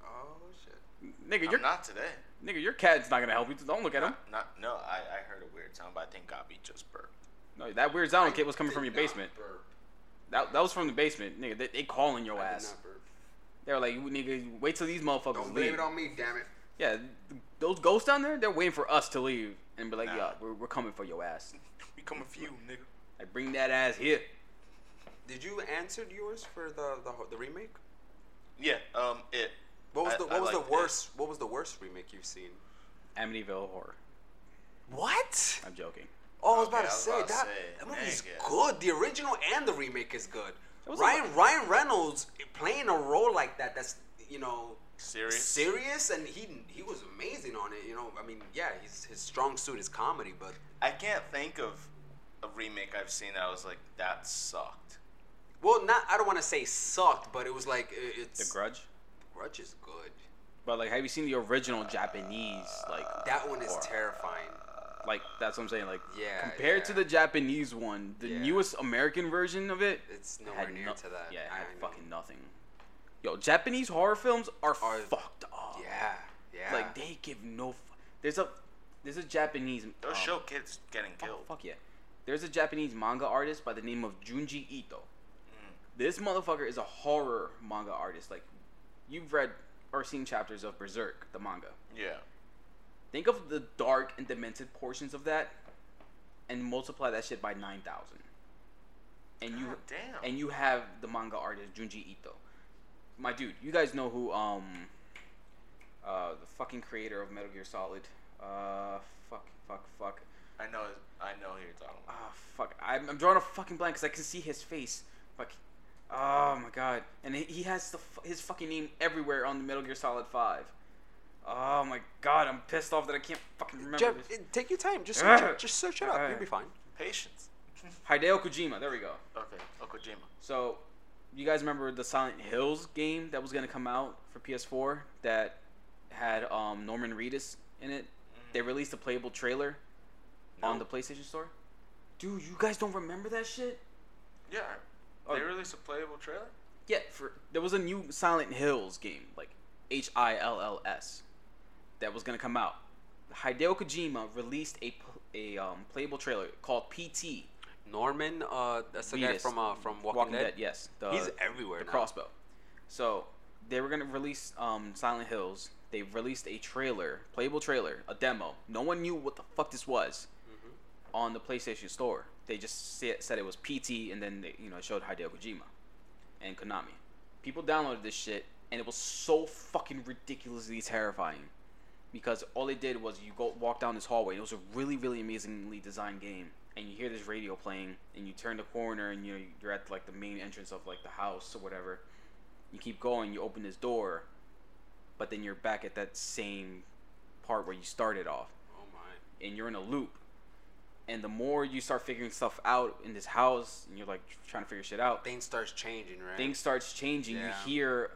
Oh, shit.
nigga. Your
I'm not today.
nigga, your cat's not gonna help you. Don't look at him.
Not no. I, I heard a weird sound, but I think Gabi just burped.
No, that weird sound kit was coming
Did
from your
not
basement.
burp.
That, that was from the basement, nigga. They, they calling your
I did
ass.
not burp.
They were like, "You nigga, wait till these motherfuckers
Don't blame
leave.
it on me, damn it.
Yeah, th- those ghosts down there, they're waiting for us to leave and be like,
Nah.
yeah, we're, we're coming for your ass.
We come a few, nigga.
Like, bring that ass here.
Did you answer yours for the the, ho- the remake?
Yeah. Um. It.
What was
I-
the what
I
was the
liked it.
worst? What was the worst remake you've seen?
Amityville horror.
What?
I'm joking.
Oh, I was
Okay,
about
I
to
was
say
about to
that,
say,
that movie's
nigga.
good. The original and the remake is good.
was a
Ryan Ryan Reynolds playing a role like that that's you know
Serious.
serious and he he was amazing on it. You know, I mean, yeah, he's, his strong suit is comedy, but
I can't think of a remake I've seen that I was like that sucked.
well, not I don't want to say sucked, but it was like i-
The
it's
Grudge.
Grudge is good.
But like, have you seen the original Japanese? Like
That one is
horror?
terrifying.
uh, Like that's what I'm saying. Like
Yeah,
compared to
yeah.
the Japanese one, the
Yeah.
newest American version of it,
It's
had
nowhere near
no-
to that.
Yeah, it
I
had
know.
fucking nothing. Yo, Japanese horror films are,
Are-
fucked up.
Yeah, yeah.
Like they give no. F- there's a there's a Japanese.
Those
um,
show kids getting
Oh,
killed.
fuck yeah. There's a Japanese manga artist by the name of Junji Ito.
Mm.
This motherfucker is a horror manga artist. Like, you've read or seen chapters of Berserk, the manga.
Yeah.
Think of the dark and demented portions of that and multiply that shit by 9,000. And you
God damn.
and you have the manga artist Junji Ito. my dude, you guys know who um uh the fucking creator of Metal Gear Solid. Uh fuck fuck fuck.
I know. I know who you're talking
Ah
about.
fuck. I'm, I'm drawing a fucking blank because I can see his face. Fuck. Oh my god. And he- he has the f- his fucking name everywhere on the Metal Gear Solid 5. Oh my god, I'm pissed off that I can't fucking remember
Jeff,
this.
it- take your time. Just search it,
Ugh.
just search it up. You'll be fine.
Patience.
Hideo Kojima, there we go.
Okay. Okojima.
So, you guys remember the Silent Hills game that was gonna come out for PS4 that had um, Norman Reedus in it? They released a playable trailer on the
No.
PlayStation Store. Dude, you guys don't remember that shit?
Yeah.
Oh.
They released a playable trailer.
Yeah, for there was a new Silent Hills game, like H I L L S, that was gonna come out. Hideo Kojima released a pl- a um, playable trailer called PT.
Norman, uh, that's the guy
Reedus.
from uh, from Walking, Dead.
Yes, the,
He's everywhere
The
now.
crossbow. So they were gonna release um, Silent Hills. They released a trailer, playable trailer, a demo. No one knew what the fuck this was
Mm-hmm.
on the PlayStation Store. They just sa- said it was PT, and then they, you know it showed Hideo Kojima and Konami. People downloaded this shit, and it was so fucking ridiculously terrifying because all it did was you go walk down this hallway. And it was a really, really amazingly designed game, and you hear this radio playing, and you turn the corner, and you know, you're at like the main entrance of like the house or whatever. You keep going, you open this door, but then you're back at that same part where you started off,
Oh my.
and you're in a loop. And the more you start figuring stuff out in this house, and you're like trying to figure shit out,
Things starts changing, right?
things starts changing.
Yeah.
You hear,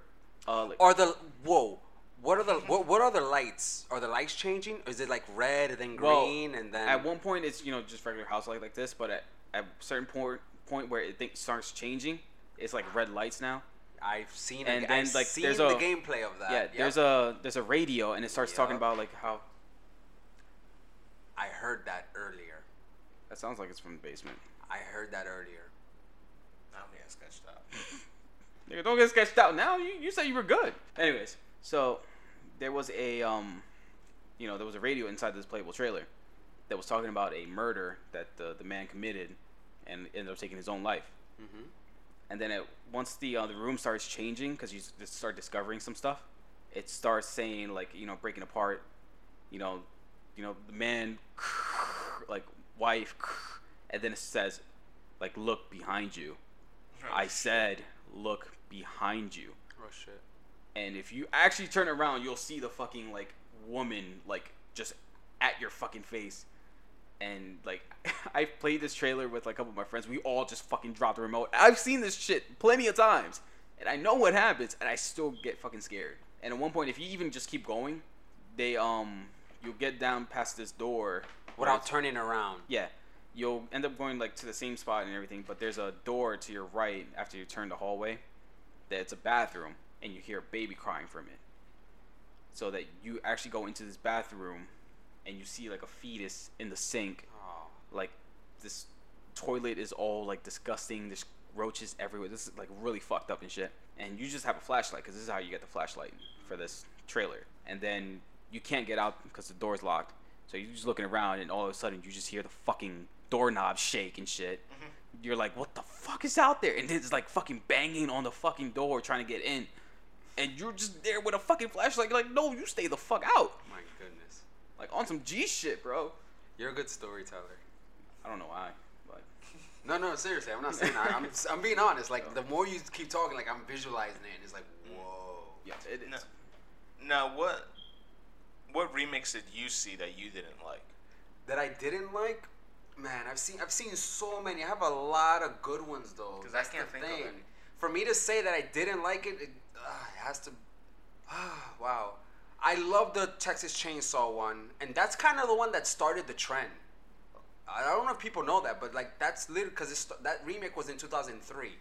uh, like,
Are the whoa? What are the what, what are the lights? Are the lights changing? Is it like red and then
Well,
green and then?
at one point it's you know just regular house light like this, but at at a certain point point where it think starts changing, it's like red lights now.
I've seen
and
it.
then,
I've
like,
seen
there's
the
a-
gameplay of that.
yeah,
Yep.
there's a there's a radio and it starts talking
Yep.
about like how
I heard that earlier.
that sounds like it's from the basement.
I heard that earlier.
I'm getting sketched out.
Nigga, don't get sketched out now. You you said you were good. Anyways, so there was a um, you know, there was a radio inside this playable trailer that was talking about a murder that the the man committed and ended up taking his own life.
Mhm.
and then it once the uh, the room starts changing because you s- just start discovering some stuff, it starts saying like you know breaking apart, you know, you know the man, like wife, and then it says, like look behind you. I said look behind you,
Oh shit.
and if you actually turn around, you'll see the fucking like woman like just at your fucking face. And like, I played this trailer with like a couple of my friends. We all just fucking dropped the remote. I've seen this shit plenty of times, and I know what happens, and I still get fucking scared. And at one point, if you even just keep going, they um, you'll get down past this door
Without turning around.
yeah, you'll end up going like to the same spot and everything, but there's a door to your right after you turn the hallway. That's a bathroom, and you hear a baby crying from it. So that you actually go into this bathroom, and you see like a fetus in the sink.
Oh.
Like this toilet is all like disgusting. There's roaches everywhere. This is like really fucked up and shit. And you just have a flashlight because this is how you get the flashlight for this trailer. And then you can't get out because the door's locked. So you're just looking around, and all of a sudden you just hear the fucking doorknob shake and shit. You're like, what the fuck is out there? And it's like fucking banging on the fucking door trying to get in. And you're just there with a fucking flashlight. You're like, no, you stay the fuck out.
My goodness.
Like on some G shit, bro.
You're a good storyteller.
I don't know why, but
No, no, seriously, I'm not saying that. I'm, I'm being honest. Like, the more you keep talking, like, I'm visualizing it, and it's like,
Mm.
whoa.
yeah, it is.
No. Now what? What remakes did you see that you didn't like?
That I didn't like, man, I've seen I've seen so many. I have a lot of good ones, though.
'Cause I
That's
can't
the
think of
thing.
any.
For me to say that I didn't like it, it, uh, it has to. ah, wow. I love the Texas Chainsaw one, and that's kind of the one that started the trend. I I don't know if people know that, but like that's literally because that remake was in 2003.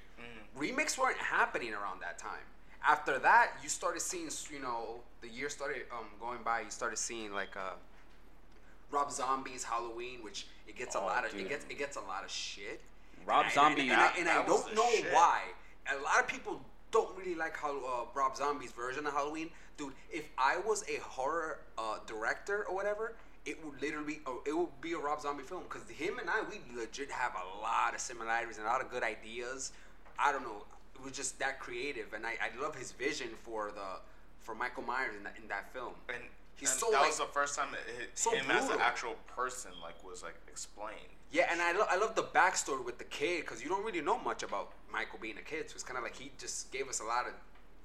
Remakes weren't happening around that time. After that, you started seeing, you know, the year started um, going by. You started seeing like uh, Rob Zombie's Halloween, which it gets a
Oh,
lot of
dude.
it gets it gets a lot of shit.
Rob
And I-
Zombie-
and, I, and I
That- that was
don't
the
know
shit.
why. A lot of people don't really like how uh, Rob Zombie's version of Halloween, dude. If I was a horror uh, director or whatever, it would literally uh, it would be a Rob Zombie film because him and I we legit have a lot of similarities and a lot of good ideas. I don't know. was just that creative, and I, I love his vision for the for Michael Myers in that in that film.
And,
He's
and
so,
that
like,
was the first time it, it-
so
him as an
brutal.
actual person like was like explained.
Yeah, and I, lo- I love the backstory with the kid because you don't really know much about Michael being a kid. So it's kind of like he just gave us a lot of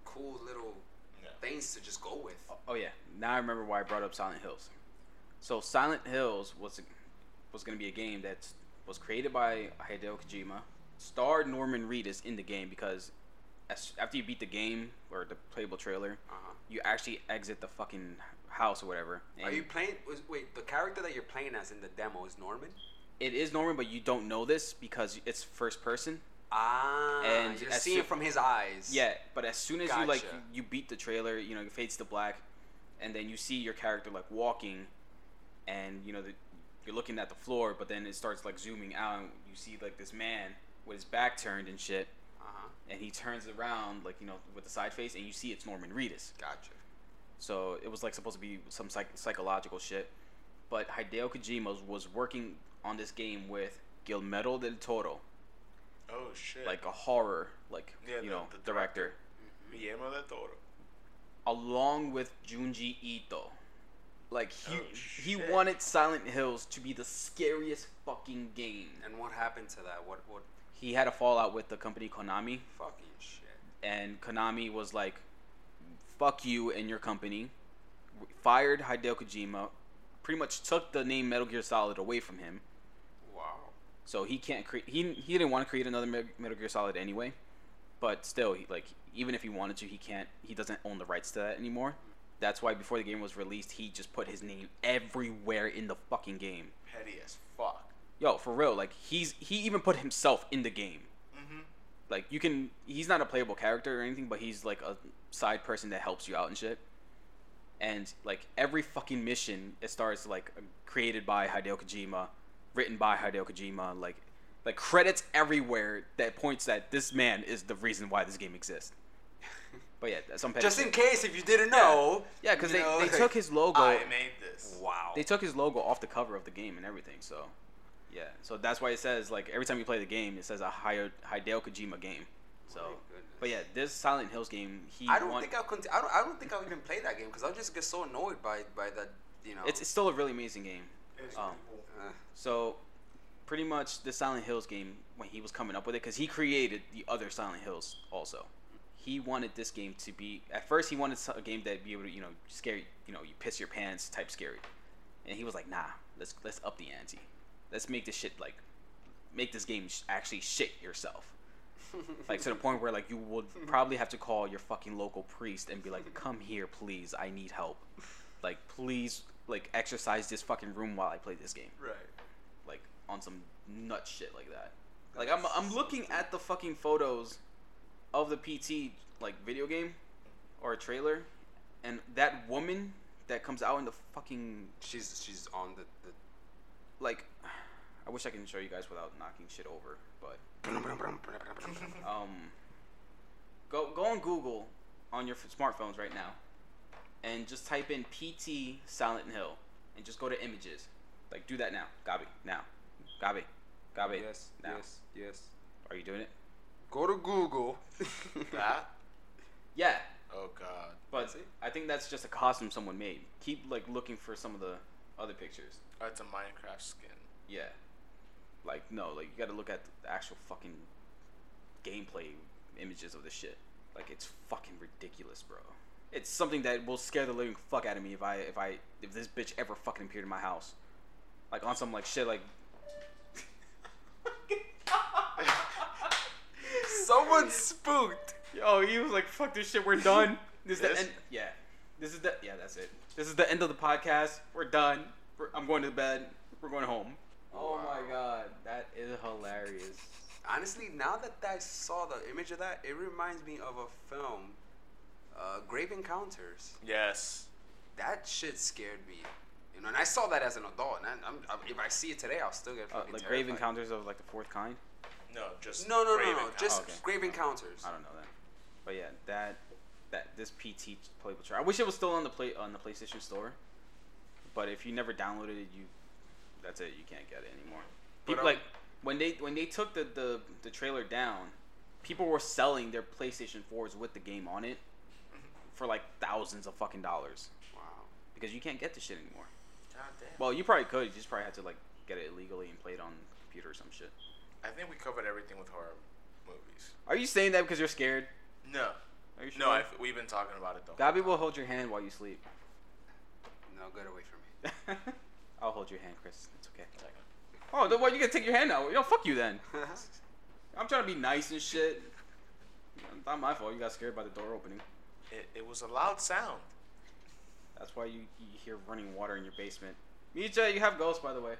cool little
Yeah.
things to just go with.
Oh yeah, now I remember why I brought up Silent Hills. So Silent Hills was was going to be a game that was created by Hideo Kojima, starred Norman Reedus in the game because as, after you beat the game or the playable trailer,
Uh-huh.
you actually exit the fucking house or whatever. And
Are you playing? Was, wait, the character that you're playing as in the demo is Norman.
It is Norman, but you don't know this because it's first person.
Ah,
And
and you're
as
seeing
soo-
from his eyes.
Yeah, but as soon as you like
Gotcha.
you beat the trailer, you know, it fades to black, and then you see your character like walking, and you know the, you're looking at the floor, but then it starts like zooming out, and you see like this man with his back turned and shit,
Uh huh.
and he turns around like you know with the side face, and you see it's Norman Reedus.
Gotcha.
So it was like supposed to be some psych- psychological shit, but Hideo Kojima was working on this game with Guillermo del Toro,
Oh shit!
like a horror like
Yeah, the-
you know
the
director.
Guillermo del Toro.
along with Junji Ito. Like he
Oh,
he
shit.
wanted Silent Hills to be the scariest fucking game. And
And what happened to that? What what
he had a fallout with the company Konami
fucking shit?
and Konami was like fuck you and your company. Fired Hideo Kojima, pretty much took the name Metal Gear Solid away from him.
Wow.
So he can't create. He he didn't want to create another Me- Metal Gear Solid anyway, but still, he, like even if he wanted to, he can't. He doesn't own the rights to that anymore. That's why before the game was released, he just put his name everywhere in the fucking game.
Petty as fuck.
Yo, for real, like he's he even put himself in the game.
Mm-hmm.
Like you can, he's not a playable character or anything, but he's like a side person that helps you out and shit. And like every fucking mission, it starts like created by Hideo Kojima, written by Hideo Kojima, like like credits everywhere that points that this man is the reason why this game exists. But yeah, some petty
Just
shit.
in case if you didn't know.
yeah, because
you
they,
know,
they
like-
took his logo,
I made this.
Wow. Oh
they took his logo off the cover of the game and everything. So yeah, so that's why it says like every time you play the game, it says a Hideo Hideo Kojima game. So. But yeah, this Silent Hills game, he
I don't
won-
think I'll conti- I don't I don't think I'll even play that game because I'll just get so annoyed by by that you know.
it's, it's still a really amazing game. Um,
uh,
so, pretty much the Silent Hills game when he was coming up with it, because he created the other Silent Hills also. He wanted this game to be at first he wanted so- a game that'd be able to you know scare you you know you piss your pants type scary, and he was like nah let's let's up the ante, let's make this shit like make this game sh- actually shit yourself. like to the point where like you would probably have to call your fucking local priest and be like come here please i need help like please like exercise this fucking room while i play this game
Right.
like on some nut shit like that like i'm, I'm looking at the fucking photos of the pt like video game or trailer and that woman that comes out in the fucking
she's she's on the, the
like i wish i can show you guys without knocking shit over but um, go go on Google on your f- smartphones right now, and just type in PT Silent Hill, and just go to images. Like do that now, Gabi. Now, Gabi, Gabi.
yes
Now.
yes yes.
Are you doing it?
Go to Google.
That?
Yeah,
Oh god.
but I think that's just a costume someone made. Keep like looking for some of the other pictures.
Oh, it's a Minecraft skin.
Yeah, like no, like you got to look at the actual fucking gameplay images of this shit. Like it's fucking ridiculous, bro. It's something that will scare the living fuck out of me if I if I if this bitch ever fucking appeared in my house, like on some like shit like
Someone spooked.
yo he was like fuck this shit we're done this is the
This-
end yeah this is the yeah that's it this is the end of the podcast we're done we're, I'm going to bed we're going home. Oh
Wow.
my god, that is hilarious.
Honestly, now that I saw the image of that, it reminds me of a film, uh, Grave Encounters.
Yes.
That shit scared me. You know, and I saw that as an adult, and I, I'm, I'm, if I see it today, I'll still get
Uh,
fucking
like
terrified.
Grave Encounters of like the fourth kind.
No, just
No, no, no,
Raven
no,
Con-
just
Oh, okay.
Grave Encounters.
I don't know that. But yeah, that that this PT playable trailer. I wish it was still on the play on the PlayStation Store. But if you never downloaded it, you that's it. You can't get it anymore.
But,
People
um,
like when they when they took the the, the trailer down, people were selling their PlayStation 4s with the game on it for like thousands of fucking dollars
Wow.
because you can't get this shit anymore.
God damn.
Well, you probably could. You just probably had to like get it illegally and play it on the computer or some shit.
I think we covered everything with horror movies.
Are you saying that because you're scared?
No.
Are you sure?
No, I've, we've been talking about it though.
Gabby will hold your hand while you sleep.
No, get away from me.
I'll hold your hand, Chris. It's okay. Oh, then what? You gonna take your hand out? Yo, fuck you then. I'm trying to be nice and shit. It's not my fault. You got scared by the door opening.
It, it was a loud sound.
That's why you, you hear running water in your basement. Micha, you have ghosts, by the way.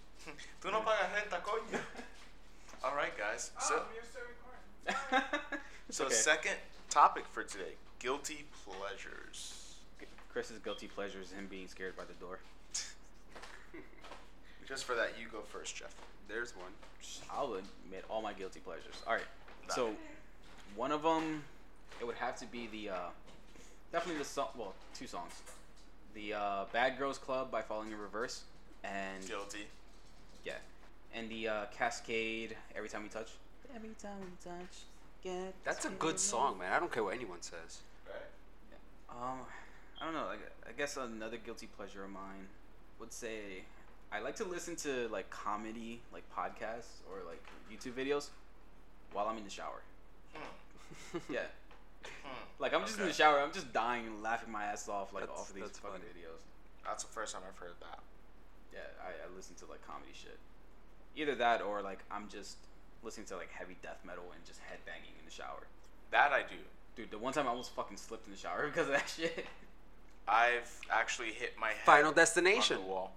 Tú no pagas renta, coño. All right, guys. So,
Ah,
oh, you're still recording.
It's
so
okay.
second topic for today: guilty pleasures.
Chris's guilty pleasure is him being scared by the door.
Just for that, you go first, Jeff.
There's one.
I'll admit all my guilty pleasures. All right.
Nah.
So, one of them, it would have to be the, uh, definitely the song. Well, two songs. The uh, Bad Girls Club by Falling in Reverse, and
Guilty.
yeah, and the uh, Cascade. Every time we touch. Every time we touch. Get
That's a good song, man. I don't care what anyone says.
Right.
Um, I don't know. Like, I guess another guilty pleasure of mine would say I like to listen to like comedy, like podcasts or like YouTube videos while I'm in the shower.
Hmm,
yeah. Like I'm just in the
Okay.
shower, I'm just dying and laughing my ass off like
That's-
off of these
that's
fucking
funny.
videos.
That's the first time I've heard that.
Yeah, I, I listen to like comedy shit. Either that or like I'm just listening to like heavy death metal and just headbanging in the shower.
That I do.
Dude, the one time I almost fucking slipped in the shower because of that shit.
I've actually hit my head
Final
on
Destination.
the wall.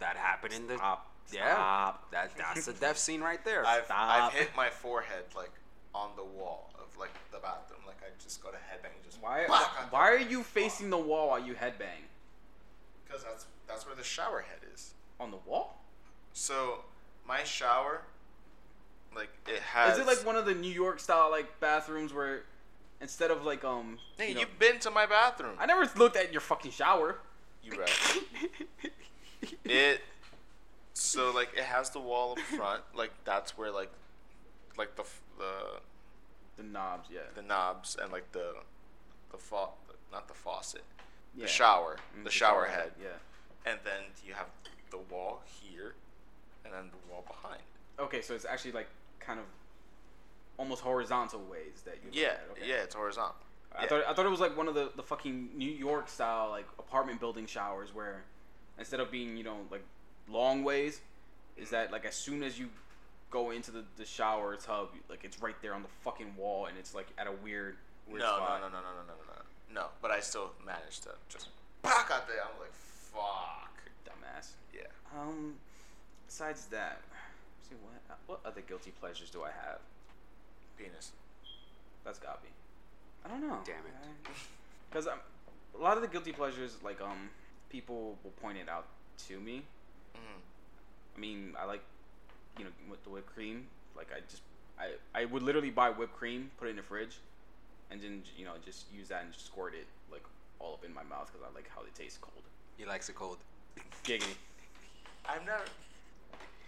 That happened in the.
Stop.
Yeah.
Stop.
That that's the death scene right there.
I've I've
Stop.
hit my forehead like on the wall of like the bathroom. Like I just got a headbang. and Just
Why?
whack on
Why are you facing the wall while you headbang?
Because that's that's where the shower head is.
On the wall?
So my shower, like it has.
Is it like one of the New York style like bathrooms where instead of like um?
Hey,
you know-
you've been to my bathroom.
I never looked at your fucking shower.
You right. it. So like it has the wall up front. Like that's where like, like the f- the
The knobs, yeah.
the knobs and like the, the fa- not the faucet,
yeah.
the shower,
Mm,
the shower head.
Yeah.
and then you have the wall here, and then the wall behind.
Okay, so it's actually like kind of almost horizontal ways that you. look
Yeah,
at, okay.
yeah, it's horizontal.
I
yeah.
thought I thought it was like one of the, the fucking New York style like apartment building showers where instead of being you know like long ways, is that like as soon as you go into the, the shower tub like it's right there on the fucking wall and it's like at a weird
No,
weird
no, no,
spot.
no, no, no, no, no, no. But I still managed to just pack out there. I'm like, fuck.
Dumbass.
Yeah.
Um, besides that, see what uh, what other guilty pleasures do I have?
Penis.
That's got me. I don't know.
Damn it.
Because I'm a lot of the guilty pleasures like um people will point it out to me
Mm.
I mean, I like, you know, with the whipped cream. Like, I just, I, I would literally buy whipped cream, put it in the fridge, and then you know just use that and just squirt it like all up in my mouth because I like how it tastes cold.
he likes it cold.
Giggity.
I've never.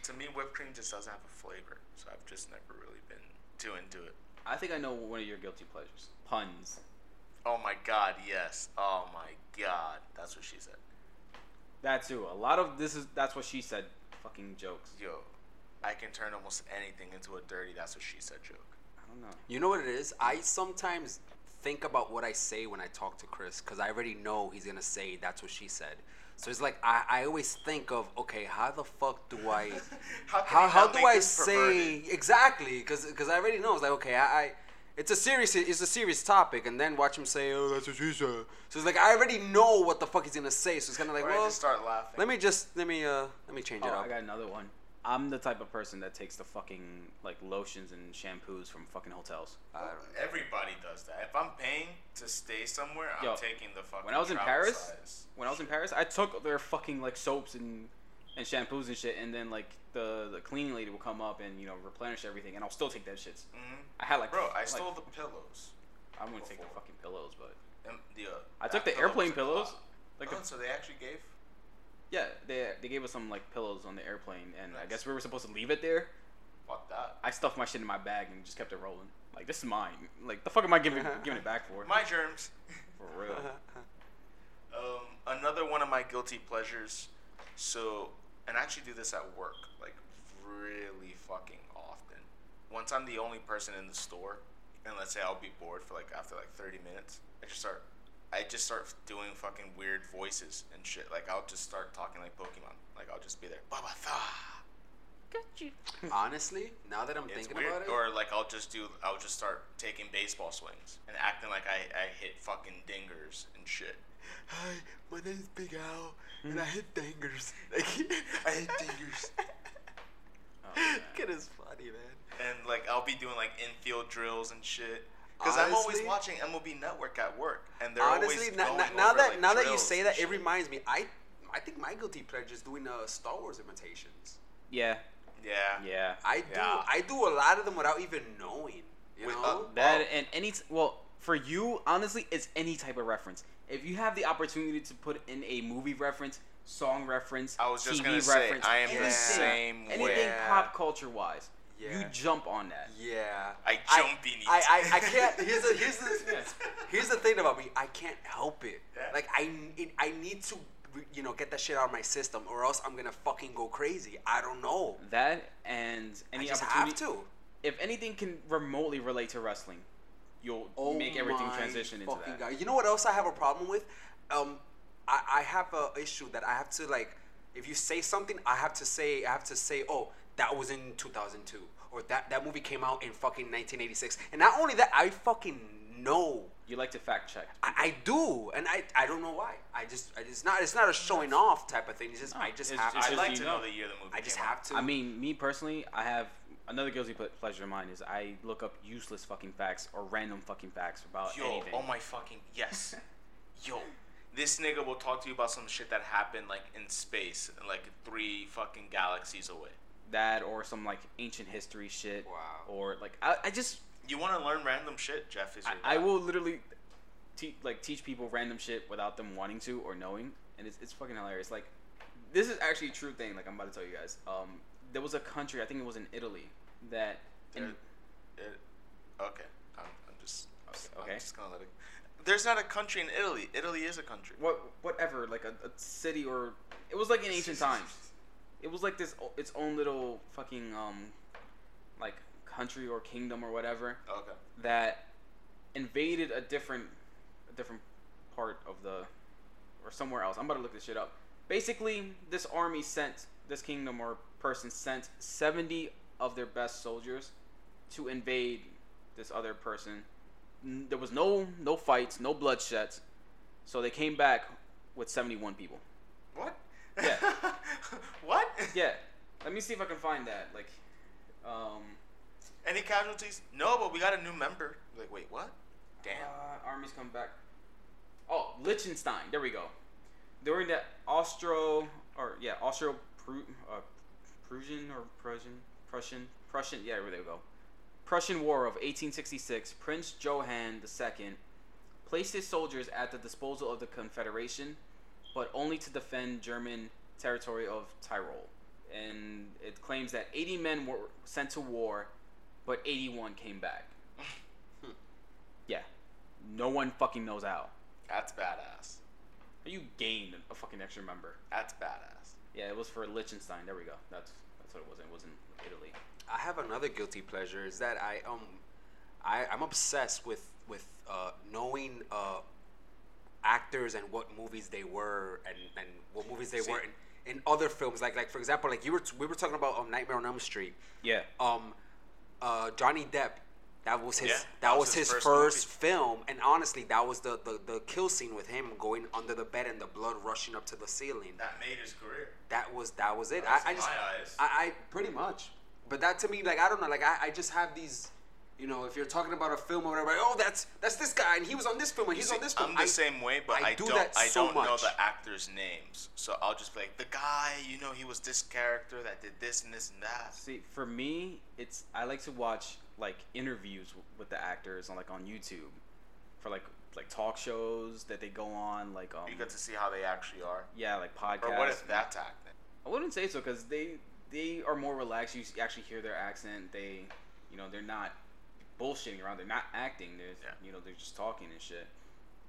To me, whipped cream just doesn't have a flavor, so I've just never really been too into it.
I think I know one of your guilty pleasures. Puns.
Oh my god, yes. Oh my god, that's what she said.
That too. A lot of this is that's what she said. Fucking jokes.
Yo, I can turn almost anything into a dirty. That's what she said joke.
I don't know.
You know what it is? I sometimes think about what I say when I talk to Chris because I already know he's gonna say that's what she said. So it's like I, I always think of okay, how the fuck do I
How, can
how,
you
how
not
do
make
I
this
say
perverted?
exactly? Because I already know it's like okay, I, I it's a serious it's a serious topic, and then watch him say oh that's what she said. So it's like I already know what the fuck he's gonna say. So it's kind of like
Or I
well,
just start laughing.
let me just let me uh let me change it
Oh,
up.
I got another one. I'm the type of person that takes the fucking like lotions and shampoos from fucking hotels.
I don't know.
Everybody does that. If I'm paying to stay somewhere,
Yo,
I'm taking the fucking.
when I was in
travel
Paris,
size.
when I was in Paris, I took their fucking like soaps and and shampoos and shit, and then like the the cleaning lady would come up and you know replenish everything, and I'll still take that shit.
Mhm.
I had like
bro, I
like-
stole the pillows.
I wouldn't take the
before.
fucking pillows, but
And the, uh,
I
that
took the
pillow
airplane
was a lot.
pillows. Like
oh,
the,
so they actually gave.
yeah, they they gave us some like pillows on the airplane, and I
Nice.
guess we were supposed to leave it there.
Fuck that.
I stuffed my shit in my bag and just kept it rolling. Like this is mine. Like the fuck am I giving giving it back for?
My germs.
for real.
Um, another one of my guilty pleasures. So, and I actually do this at work, like really fucking often. Once I'm the only person in the store, and let's say I'll be bored for like after like 30 minutes, I just start, I just start doing fucking weird voices and shit. Like I'll just start talking like Pokemon. Like I'll just be there, Baba Tha.
Honestly, now that I'm
It's
thinking
weird.
about it,
Or like I'll just do, I'll just start taking baseball swings and acting like I, I hit fucking dingers and shit.
hi, my name is Big Al, and I hit dangers. Like, I hit dangers.
Oh, man.
Kid is funny, man.
and like I'll be doing like infield drills and shit. Because I'm always
Honestly-
watching MLB Network at work, and they're
Honestly,
always
now,
going
now
over,
that
like,
now that you
drills
say
and
that,
shit.
it reminds me. I I think my guilty pleasure is doing uh, Star Wars imitations.
Yeah,
yeah,
yeah.
I do
Yeah.
I do a lot of them without even knowing. You
With-
know,
That
Oh.
and any t- well for you honestly it's any type of reference. If you have the opportunity to put in a movie reference, song reference,
I was just
TV
gonna say,
reference,
I am the
anything,
same
anything
way.
pop culture wise, you
Yeah.
jump on that.
yeah.
I jump in it.
I, I, I can't. Here's the here's the here's the thing about me. I can't help it.
Yeah.
Like I it, I need to you know get that shit out of my system, or else I'm gonna fucking go crazy. I don't know.
That and any
I just
opportunity.
have to.
If anything can remotely relate to wrestling, you'll make everything
Oh my
transition into
fucking
that.
God. You know what else I have a problem with? Um, I, I have a issue that I have to like. If you say something, I have to say. I have to say. Oh, that was in 2002, or that that movie came out in fucking 1986. And not only that, I fucking know.
You like to fact check.
I, I do, and I, I don't know why. I just I just not it's not a showing off type of thing. It's just I just
it's-
have
it's
I'd
just
like
you
to
know.
know the year the movie.
I just
came out.
have to.
I mean, me personally, I have another guilty ple- pleasure of mine is I look up useless fucking facts or random fucking facts about
Yo,
anything.
oh my fucking yes. Yo, this nigga will talk to you about some shit that happened like in space, like three fucking galaxies away.
that or some like ancient history shit.
Wow.
Or like I, I just
You want to learn random shit, Jeff? Is your
I, I
guy.
will literally te- like teach people random shit without them wanting to or knowing, and it's it's fucking hilarious. Like this is actually a true thing. Like I'm about to tell you guys. Um, there was a country I think it was in Italy that.
There-
in-
It- okay, I'm, I'm just
Okay.
I'm just gonna let it. There's not a country in Italy. Italy is a country.
what whatever like a, a city or it was like in ancient times it was like this o- its own little fucking um like country or kingdom or whatever
Okay.
that invaded a different a different part of the or somewhere else i'm about to look this shit up basically this army sent this kingdom or person sent 70 of their best soldiers to invade this other person N- there was no no fights no bloodsheds so they came back with 71 people.
What?
Yeah.
what?
Yeah. Let me see if I can find that. Like, um,
Any casualties? No, but we got a new member. Like, wait, what? Damn.
uh, armies come back. Oh, Liechtenstein. There we go. During the Austro, or yeah, Austro Pru, uh, Prussian or Prussian, Prussian, Prussian. Yeah, there we go. Prussian War of 1866. Prince Johann II placed his soldiers at the disposal of the Confederation, but only to defend German territory of Tyrol. And it claims that 80 men were sent to war, but 81 came back. yeah. No one fucking knows how.
That's badass.
You gained a fucking extra member.
That's badass.
Yeah, it was for Liechtenstein. There we go. That's that's what it was. It was in Italy.
I have another guilty pleasure is that I um I, I'm obsessed with with uh, knowing uh, actors and what movies they were and, and what movies they
See-
were in, in other films like like for example like you were t- we were talking about um, Nightmare on Elm Street
Yeah.
um uh, Johnny Depp that was his
Yeah,
that was, his, first, film and honestly that was the, the the kill scene with him going under the bed and the blood rushing up to the ceiling
That made his career.
that was that was it.
That was
I, I
in
just
my eyes.
I, I pretty much. But that to me, like I don't know, like I, I just have these you know, if you're talking about a film or whatever, like, oh that's that's this guy and he was on this film and he's
See,
on this film.
I'm the
I-
same way, but I,
I do
not
that
I
so
don't know
much.
the actors' names, so I'll just be like, the guy, you know, he was this character that did this and this and that.
See, for me, it's I like to watch like interviews w- with the actors on like on YouTube for like like talk shows that they go on like um
You get to see how they actually are.
yeah like podcasts.
Or what if that's acting?
I wouldn't say so because they they are more relaxed. You s- actually hear their accent. They you know they're not bullshitting around. They're not acting. They're
Yeah.
you know they're just talking and shit.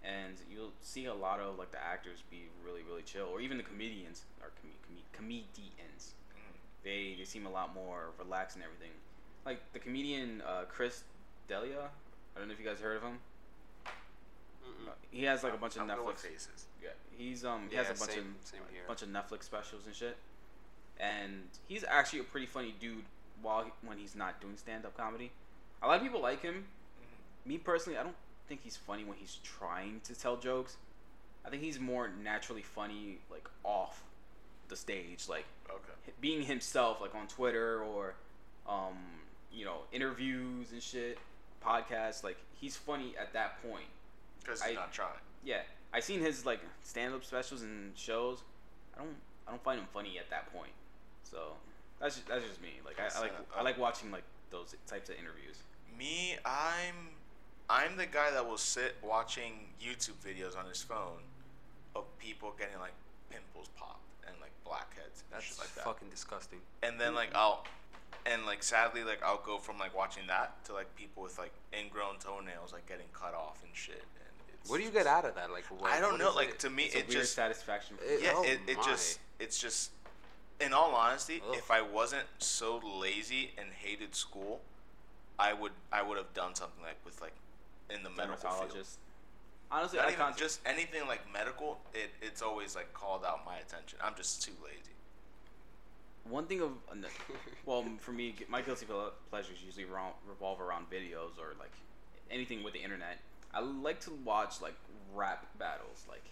And you'll see a lot of like the actors be really really chill, or even the comedians or com- com- comedians. They they seem a lot more relaxed and everything. Like the comedian uh, Chris Delia. I don't know if you guys heard of him.
Mm-mm.
He has like a bunch
I'm
of
going
Netflix.
faces.
Yeah, he's um he
Yeah,
has a bunch
same-
of
same here.
bunch of Netflix specials and shit. And he's actually a pretty funny dude while when he's not doing stand up comedy. A lot of people like him.
Mm-hmm.
Me personally, I don't think he's funny when he's trying to tell jokes. I think he's more naturally funny like off the stage, like
Okay.
being himself like on Twitter or um, you know, interviews and shit, podcasts, like he's funny at that point.
Because
I-
he's not trying.
Yeah, I seen his like stand-up specials and shows. I don't I don't find him funny at that point. So that's just, that's just me. Like I, I like I like watching like those types of interviews.
Me, I'm, I'm the guy that will sit watching YouTube videos on his phone, of people getting like pimples popped and like blackheads and
That's
shit like that.
fucking disgusting.
and then like I'll and like sadly like I'll go from like watching that to like people with like ingrown toenails like getting cut off and shit. And it's
What do you get out of that? Like, what,
I don't
what
know.
is
Like
it?
to me,
It's a
it
weird
just
satisfaction.
It-
yeah.
oh
it, it
my.
just it's just in all honesty,
Ugh.
if I wasn't so lazy and hated school, I would I would have done something like with like in the medical field.
dermatologist. Honestly,
Not
I
even
can't.
just anything like medical. It, it's always like called out my attention. I'm just too lazy.
one thing of uh, well for me gu- my guilty ple- pleasures usually ro- revolve around videos or like anything with the internet i like to watch like rap battles like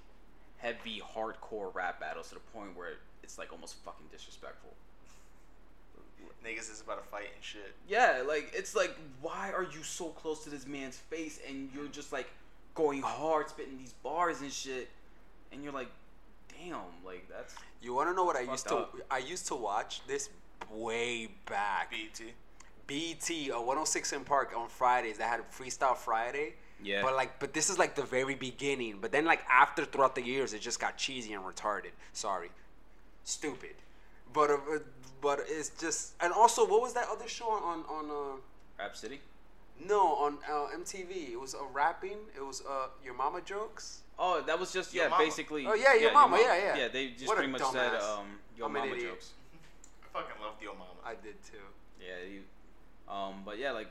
heavy hardcore rap battles to the point where it's like almost fucking disrespectful
Niggas is about to fight and shit.
yeah like it's like why are you so close to this man's face and you're just like going hard spitting these bars and shit and you're like damn like that's
You want to know what I
Fucked
used to?
up.
I used to watch this way back. uh,
BT.
BT or 106 in Park on Fridays. They had Freestyle Friday.
Yeah.
But like, but this is like the very beginning. But then like after throughout the years, it just got cheesy and retarded. Sorry, stupid. But uh, but it's just and also what was that other show on on uh,
rap city
no on uh, MTV? It was a rapping. It was uh, your mama jokes.
Oh, that was just
Your
yeah,
mama.
basically.
Oh, yeah, your mama, yeah, yeah.
Yeah, they just
What a
pretty much said
dumbass.
um, your
I'm an
mama
idiot.
jokes.
I fucking love Yo Mama.
I did too.
Yeah, you, um, but yeah, like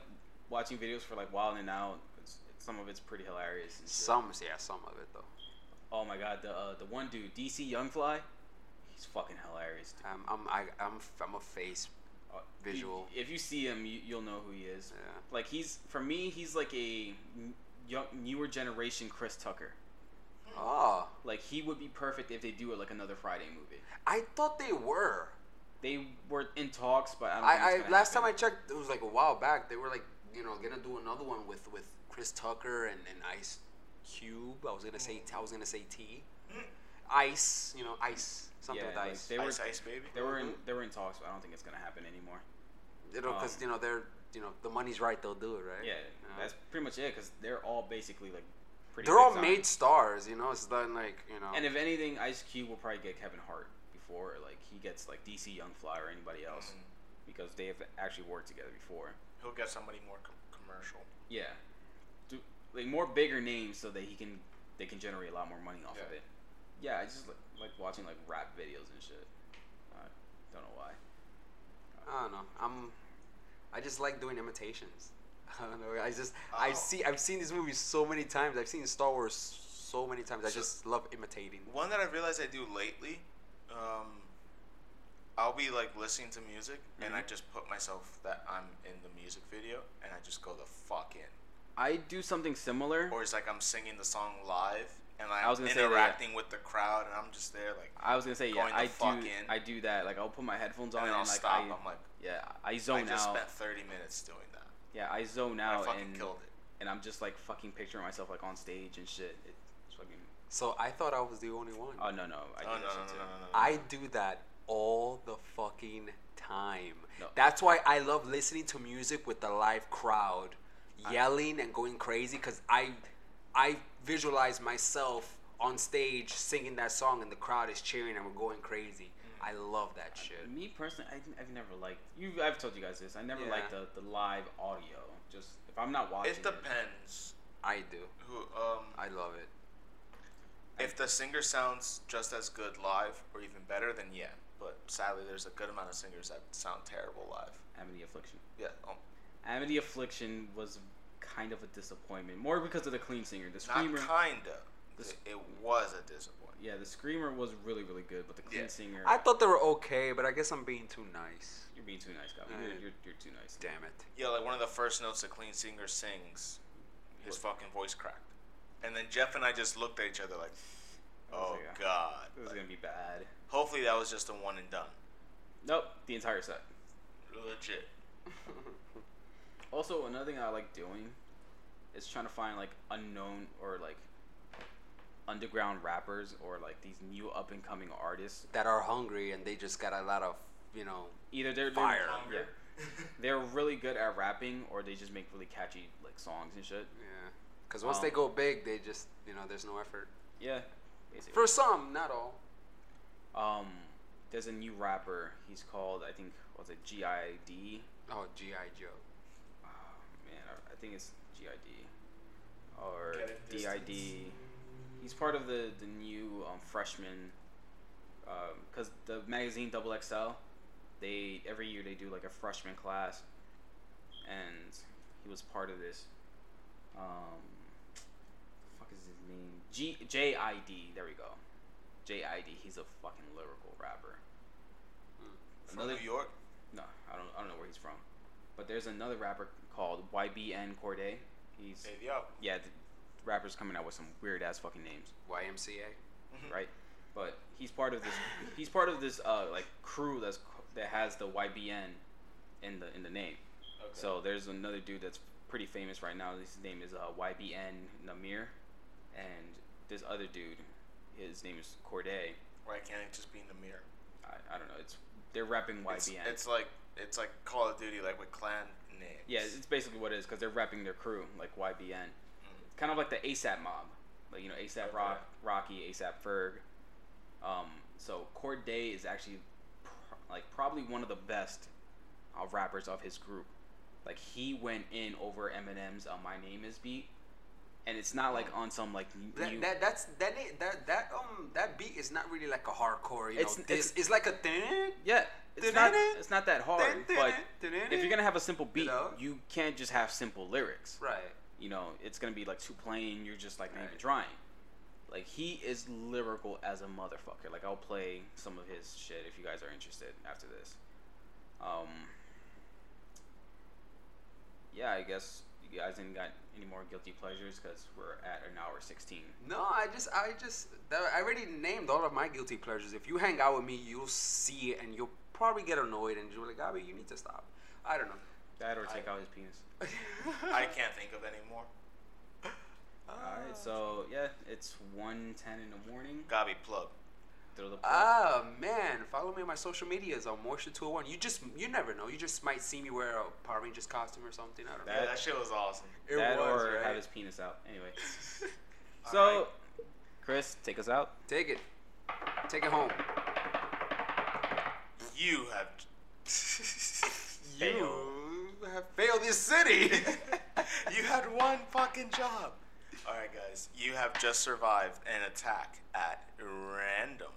watching videos for like while and out. It's, some of it's pretty hilarious. And shit.
Some yeah, some of it though.
Oh my god, the uh, the one dude, DC Youngfly, he's fucking hilarious. Dude.
Um, I'm I, I'm I'm a face.
Uh,
Visual.
you- if you see him, you, you'll know who he is.
Yeah.
Like he's for me, he's like a n- young, newer generation Chris Tucker.
Oh,
Like he would be perfect if they do like another Friday movie.
I thought they were.
They were in talks, but I don't. think it's
I, I
gonna
last time
happen.
I checked, it was like a while back. They were like, you know, gonna do another one with with Chris Tucker and, and Ice Cube. I was gonna say I was gonna say T, Ice. You know, Ice something
Yeah,
with
like,
Ice. Mm-hmm.
they were
Ice Ice Baby.
They were in they were in talks, but I don't think it's gonna happen anymore.
you know, because
um,
you know they're you know the money's right, they'll do it, right?
Yeah,
You know?
that's pretty much it because they're all basically like pretty.
they're
big
all
time.
made stars. You know, it's not like you know.
And if anything, Ice Cube will probably get Kevin Hart before like he gets like DC Young Fly or anybody else
Mm-hmm.
Mm.
because they have actually worked together before.
He'll get somebody more com- commercial.
Yeah, Do, like more bigger names so that he can they can generate a lot more money off of
Yeah.
it. Yeah, I just like, like watching like rap videos and shit. I don't know why.
I don't know. I'm. I just like doing imitations. I don't know. I just
Oh.
I've seen I've seen these movies so many times. I've seen Star Wars so many times. I
So-
just love imitating.
One that I realized I do lately, um, I'll be like listening to music and I
Mhm.
just put myself that I'm in the music video and I just go the fuck in.
I do something similar.
Or it's like I'm singing the song live and I'm
I was gonna say that, yeah.
interacting with the crowd and I'm just there like
I was gonna say yeah,
Going the
I
fuck
do.
in.
I do that. Like I'll put my headphones on
and
and,
then I'll
like
stop.
I,
I'm like
yeah, I
I
zone
just
out.
spent 30 minutes doing that.
Yeah, I zone
I
out
fucking
and
killed it.
and I'm just like fucking picturing myself like on stage and shit. It's fucking.
So I thought I was the only one.
Oh no no, I do
Oh no no
that
no
shit too.
no no. no.
I do that all the fucking time.
No.
That's why I love listening to music with the live crowd, yelling and going crazy because I, I visualize myself on stage singing that song and the crowd is cheering and we're going crazy.
Mm.
I love that shit.
Me personally, I, I've never liked you. I've told you guys this. I never
Yeah.
liked the, the live audio just if I'm not watching.
It depends.
I do.
Who um
I love it.
if the singer sounds just as good live or even better, then yeah. But sadly, there's a good amount of singers that sound terrible live.
Amity Affliction.
Yeah. Um,
Amity Affliction was kind of a disappointment, more because of the clean singer. The
not
screamer.
kinda.
This-
it was a disappointment.
Yeah, the screamer was really really good, but the clean
Yeah.
singer.
I thought they were okay, but I guess I'm being too nice.
you're being too nice, guy.
Yeah.
You're, you're, you're too nice.
Damn it.
Yeah, like one of the first notes the clean singer sings, his fucking voice cracked. And then Jeff and I just looked at each other like,
I was
oh
like, "Ah,
god.
This is gonna be bad.
Hopefully that was just a one and done.
Nope, the entire set.
Legit.
Also, another thing I like doing is trying to find like unknown or like underground rappers or like these new up and coming artists.
That are hungry and they just got a lot of, you know,
Either they're they're-
Fire.
yeah. they're really good at rapping or they just make really catchy like songs and shit.
yeah. Because once
Um,
they go big, they just, you know, there's no effort.
Yeah, basically.
For some, not all.
um, there's a new rapper. He's called I think what's it G I D.
Oh, G.I. Joe.
Oh, man, I- I think it's G I D or
Get it,
D I D. He's part of the the new um, freshman because the magazine Double XL. They every year they do like a freshman class, and he was part of this. Um, fuck is his name? G J I D. There we go. J I D. He's a fucking lyrical rapper.
From
Another-
New York?
No, I don't. I don't know where he's from, but there's another rapper called YBN Corday. He's
Hey, yo.
yeah, the rappers coming out with some weird ass fucking names,
YMCA.
right? But he's part of this. He's part of this uh like crew that's that has the YBN in the in the name.
Okay.
So there's another dude that's pretty famous right now. His name is uh, YBN Namir, and this other dude, his name is Corday.
Why can't it just be in the mirror?
I, I don't know. It's they're rapping YBN.
It's, it's like it's like Call of Duty, like with clan names.
Yeah, it's basically what it is because they're repping their crew like YBN, kind of like the ASAP mob, like you know ASAP
Okay.
Rock, Rocky, ASAP Ferg. Um, so Corday is actually pr- like probably one of the best uh, rappers of his group. Like he went in over Eminem's uh, "My Name Is" beat, and it's not like on some like n-
Oh. That,
new.
that that's that ain't- that that um that beat is not really like a hardcore. You
It's-
know,
it's-
it's, it's like a thin.
yeah, it's not it's not that hard. But if you're gonna have a simple beat,
know?
you can't just have simple lyrics.
right,
you know, it's gonna be like too plain. You're just like not even
Right.
trying. Like he is lyrical as a motherfucker. Like I'll play some of his shit if you guys are interested after this. Um. Yeah, I guess you guys didn't got any more guilty pleasures because we're at an hour sixteen.
no, I just I just that, I already named all of my guilty pleasures. If you hang out with me, you'll see it, and you'll probably get annoyed, and you'll be like, Gabby, you need to stop. I don't know.
That or take out his penis.
I can't think of any more.
All right, so yeah, it's 1.10 in the morning.
Gabi plug.
Throw the plug.
Ah man, follow me on my social medias on Moisture201. You just you never know. You just might see me wear a Power Rangers costume or something. I don't know.
That-
yeah, that shit was awesome.
It
that
was,
or
right?
have his penis out. Anyway, so Chris, take us out.
Take it. Take it home.
You have.
You have failed this city.
you had one fucking job. All right, guys. You have just survived an attack at random.